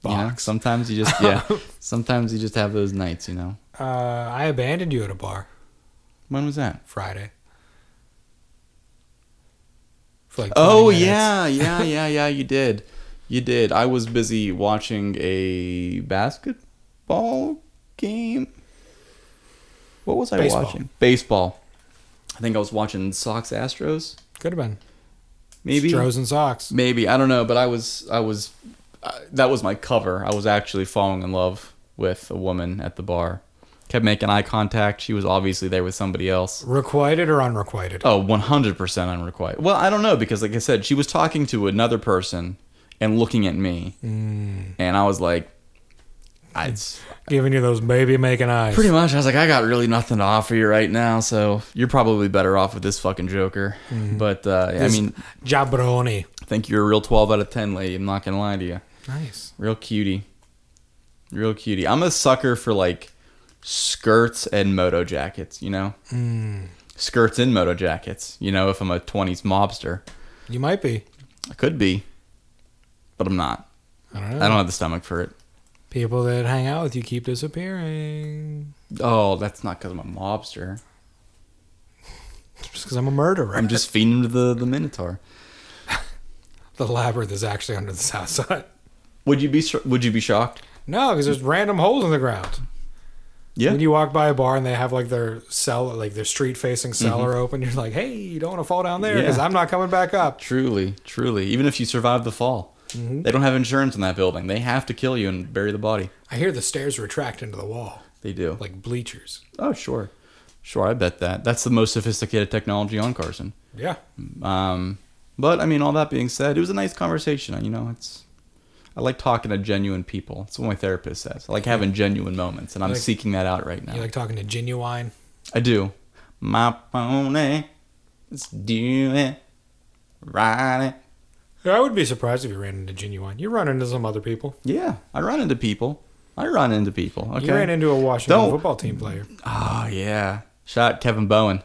S4: you know,
S5: Box.
S4: sometimes you just
S5: [laughs]
S4: yeah. sometimes you just have those nights, you know.
S5: Uh, I abandoned you at a bar
S4: When was that?
S5: Friday. For like 20
S4: Oh
S5: minutes. [laughs]
S4: yeah, yeah, yeah, yeah. You did, you did. I was busy watching a basketball game. What was I
S5: Baseball.
S4: watching? Baseball. I think I was watching Sox Astros.
S5: Could have been.
S4: Maybe
S5: Stros and socks.
S4: maybe I don't know, but I was I was uh, that was my cover. I was actually falling in love with a woman at the bar. Kept making eye contact. She was obviously there with somebody else.
S5: Requited or unrequited?
S4: Oh, 100% unrequited. Well, I don't know because like I said, she was talking to another person and looking at me. And I was like I Mm. it's-
S5: Giving you those baby making eyes.
S4: pretty much I was like I got really nothing to offer you right now, so you're probably better off with this fucking joker. But uh, I mean,
S5: Jabroni.
S4: I think you're a real 12 out of 10 lady. I'm not going to lie to you.
S5: Nice.
S4: Real cutie. Real cutie. I'm a sucker for like skirts and moto jackets, you know? Mm. Skirts and moto jackets, you know, if I'm a 20s mobster.
S5: You might be.
S4: I could be, but I'm not.
S5: I don't know.
S4: I don't have the stomach for it.
S5: People that hang out with you keep disappearing.
S4: Oh, that's not because I'm a mobster.
S5: Just because I'm a murderer. [laughs]
S4: I'm just feeding to the, the Minotaur.
S5: the labyrinth is actually under the south side.
S4: Would you be sh- Would you be shocked?
S5: No, because there's random holes in the ground.
S4: Yeah.
S5: When you walk by a bar and they have like their cell, like their street facing cellar open, you're like, hey, you don't want to fall down there because
S4: Mm-hmm. Yeah.
S5: I'm not coming back up.
S4: truly, truly. Even if you survive the fall,
S5: Mm-hmm.
S4: they don't have insurance in that building. They have to kill you and bury the body.
S5: I hear the stairs retract into the wall
S4: They do.
S5: like bleachers.
S4: Oh, sure. Sure, I bet that. That's the most sophisticated technology on Carson.
S5: Yeah.
S4: Um, but I mean, all that being said, it was a nice conversation. You know, it's I like talking to genuine people. That's what my therapist says. I like having genuine moments, and I'm
S5: Like-
S4: seeking that out right now.
S5: You like talking to genuine?
S4: I do. My pony is doing right.
S5: I would be surprised if you ran into genuine. You run into some other people.
S4: Yeah, I run into people. I run into people. Okay.
S5: You ran into a Washington
S4: Don't-
S5: football team player.
S4: Oh yeah. Shout out Kevin Bowen.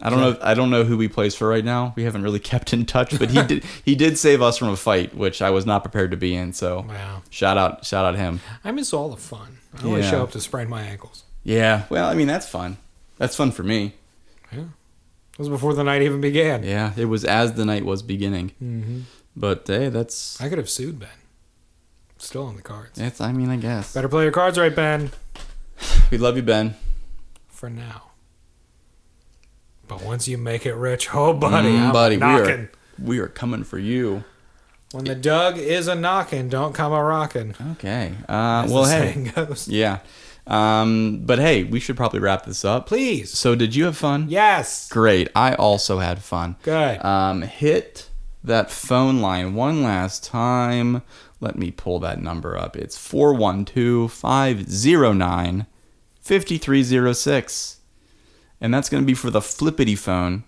S4: I don't know. I don't know who he plays for right now. We haven't really [laughs] kept in touch, but he did. He did save us from a fight, which I was not prepared to be in. So,
S5: Wow.
S4: shout out, shout out him.
S5: I miss all the fun. I only
S4: Yeah.
S5: show up to sprain my ankles.
S4: Yeah. Well, I mean, that's fun. That's fun for me.
S5: It was before the night even began.
S4: Yeah. It was as the night was beginning. But hey, that's
S5: Mm-hmm. I could have sued Ben. Still on the cards.
S4: that's. I mean, I guess
S5: Better play your cards right, Ben.
S4: we love you, Ben.
S5: For now. But once you make it rich, oh buddy,
S4: Mm,
S5: I'm
S4: buddy, we
S5: knocking.
S4: are we are coming for you.
S5: When the Doug is a knocking, don't come a rocking.
S4: Okay. Uh,
S5: as
S4: well,
S5: the
S4: hey.
S5: saying goes.
S4: Yeah. Um, but hey, we should probably wrap this up.
S5: Please.
S4: So, did you have fun?
S5: Yes.
S4: Great. I also had fun.
S5: Good.
S4: Um, hit that phone line one last time. Let me pull that number up. It's 412 509 5306. And that's going to be for the flippity phone,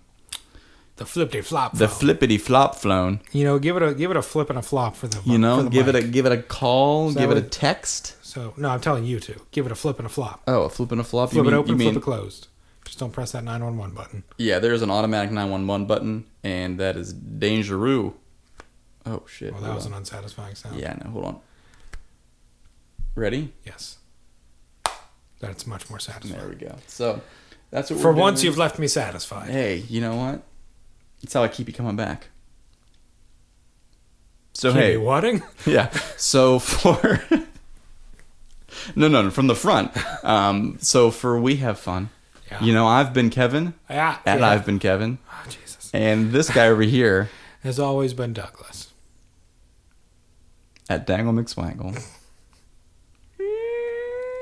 S5: The flippity flop.
S4: the
S5: phone.
S4: flippity flop phone.
S5: You know, give it a give it a flip and a flop for the.
S4: You know,
S5: for the
S4: give it
S5: mic.
S4: a give it a call,
S5: So
S4: give it a
S5: it-
S4: text.
S5: So no, I'm telling you to give it a flip and a flop.
S4: Oh, a flip and a flop.
S5: Flip
S4: you mean,
S5: it
S4: you
S5: open, flip
S4: mean-
S5: it closed. Just don't press that 911 button.
S4: Yeah, there's an automatic 911 button, and that is dangerous. Oh shit!
S5: Well, that
S4: hold
S5: was
S4: on.
S5: an unsatisfying sound.
S4: Yeah, I know. Hold on. Ready?
S5: Yes. That's much more
S4: There
S5: satisfying.
S4: we go. So that's what
S5: For
S4: we're
S5: once,
S4: doing.
S5: you've left me satisfied.
S4: Hey, you know what? That's how I keep you coming back. So
S5: Jimmy
S4: hey,
S5: Wadding?
S4: [laughs] yeah. So for [laughs] no, no, no, from the front. Um, so for we have fun.
S5: Yeah.
S4: You know, I've been Kevin,
S5: Yeah.
S4: and
S5: yeah.
S4: I've been Kevin,
S5: Ah, Jesus.
S4: and this guy over here
S5: Has always been Douglas.
S4: at Dangle
S5: [laughs]
S4: McSwangle.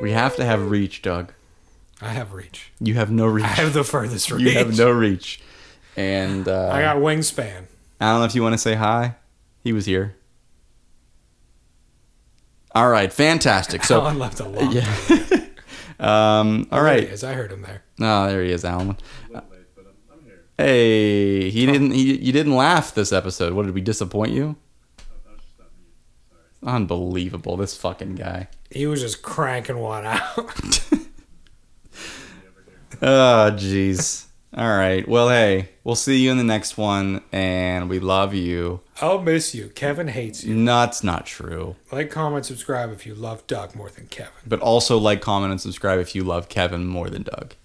S4: We have to have reach, Doug.
S5: I have reach. [laughs]
S4: You have no reach.
S5: I have the furthest reach.
S4: [laughs] You have no reach. And uh,
S5: I got wingspan.
S4: I don't know if you want to say hi. He was here. All right, fantastic. So,
S5: Alan left a lot.
S4: yeah. um, all right.
S5: As I heard him there.
S4: No, there he is, Alan. Hey, he didn't. He, you didn't laugh this episode. What did we disappoint you? Unbelievable, this fucking guy.
S5: He was just cranking one out. [laughs]
S4: Oh, jeez. All right. Well, hey, we'll see you in the next one, and we love you.
S5: I'll miss you. Kevin hates you.
S4: That's not true.
S5: Like, comment, subscribe if you love Doug more than Kevin.
S4: but also like, comment, and subscribe if you love Kevin more than Doug.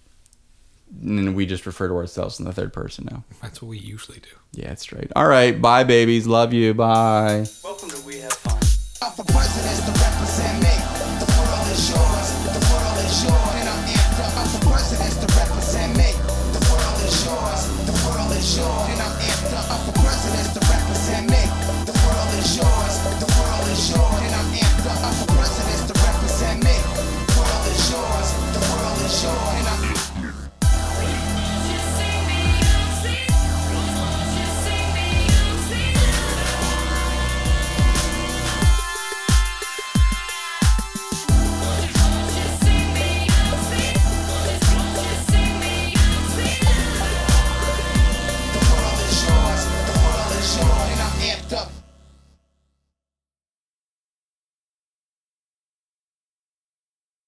S4: And we just refer to ourselves in the third person now.
S5: That's what we usually do.
S4: Yeah, it's straight. All right. Bye, babies. Love you. Bye.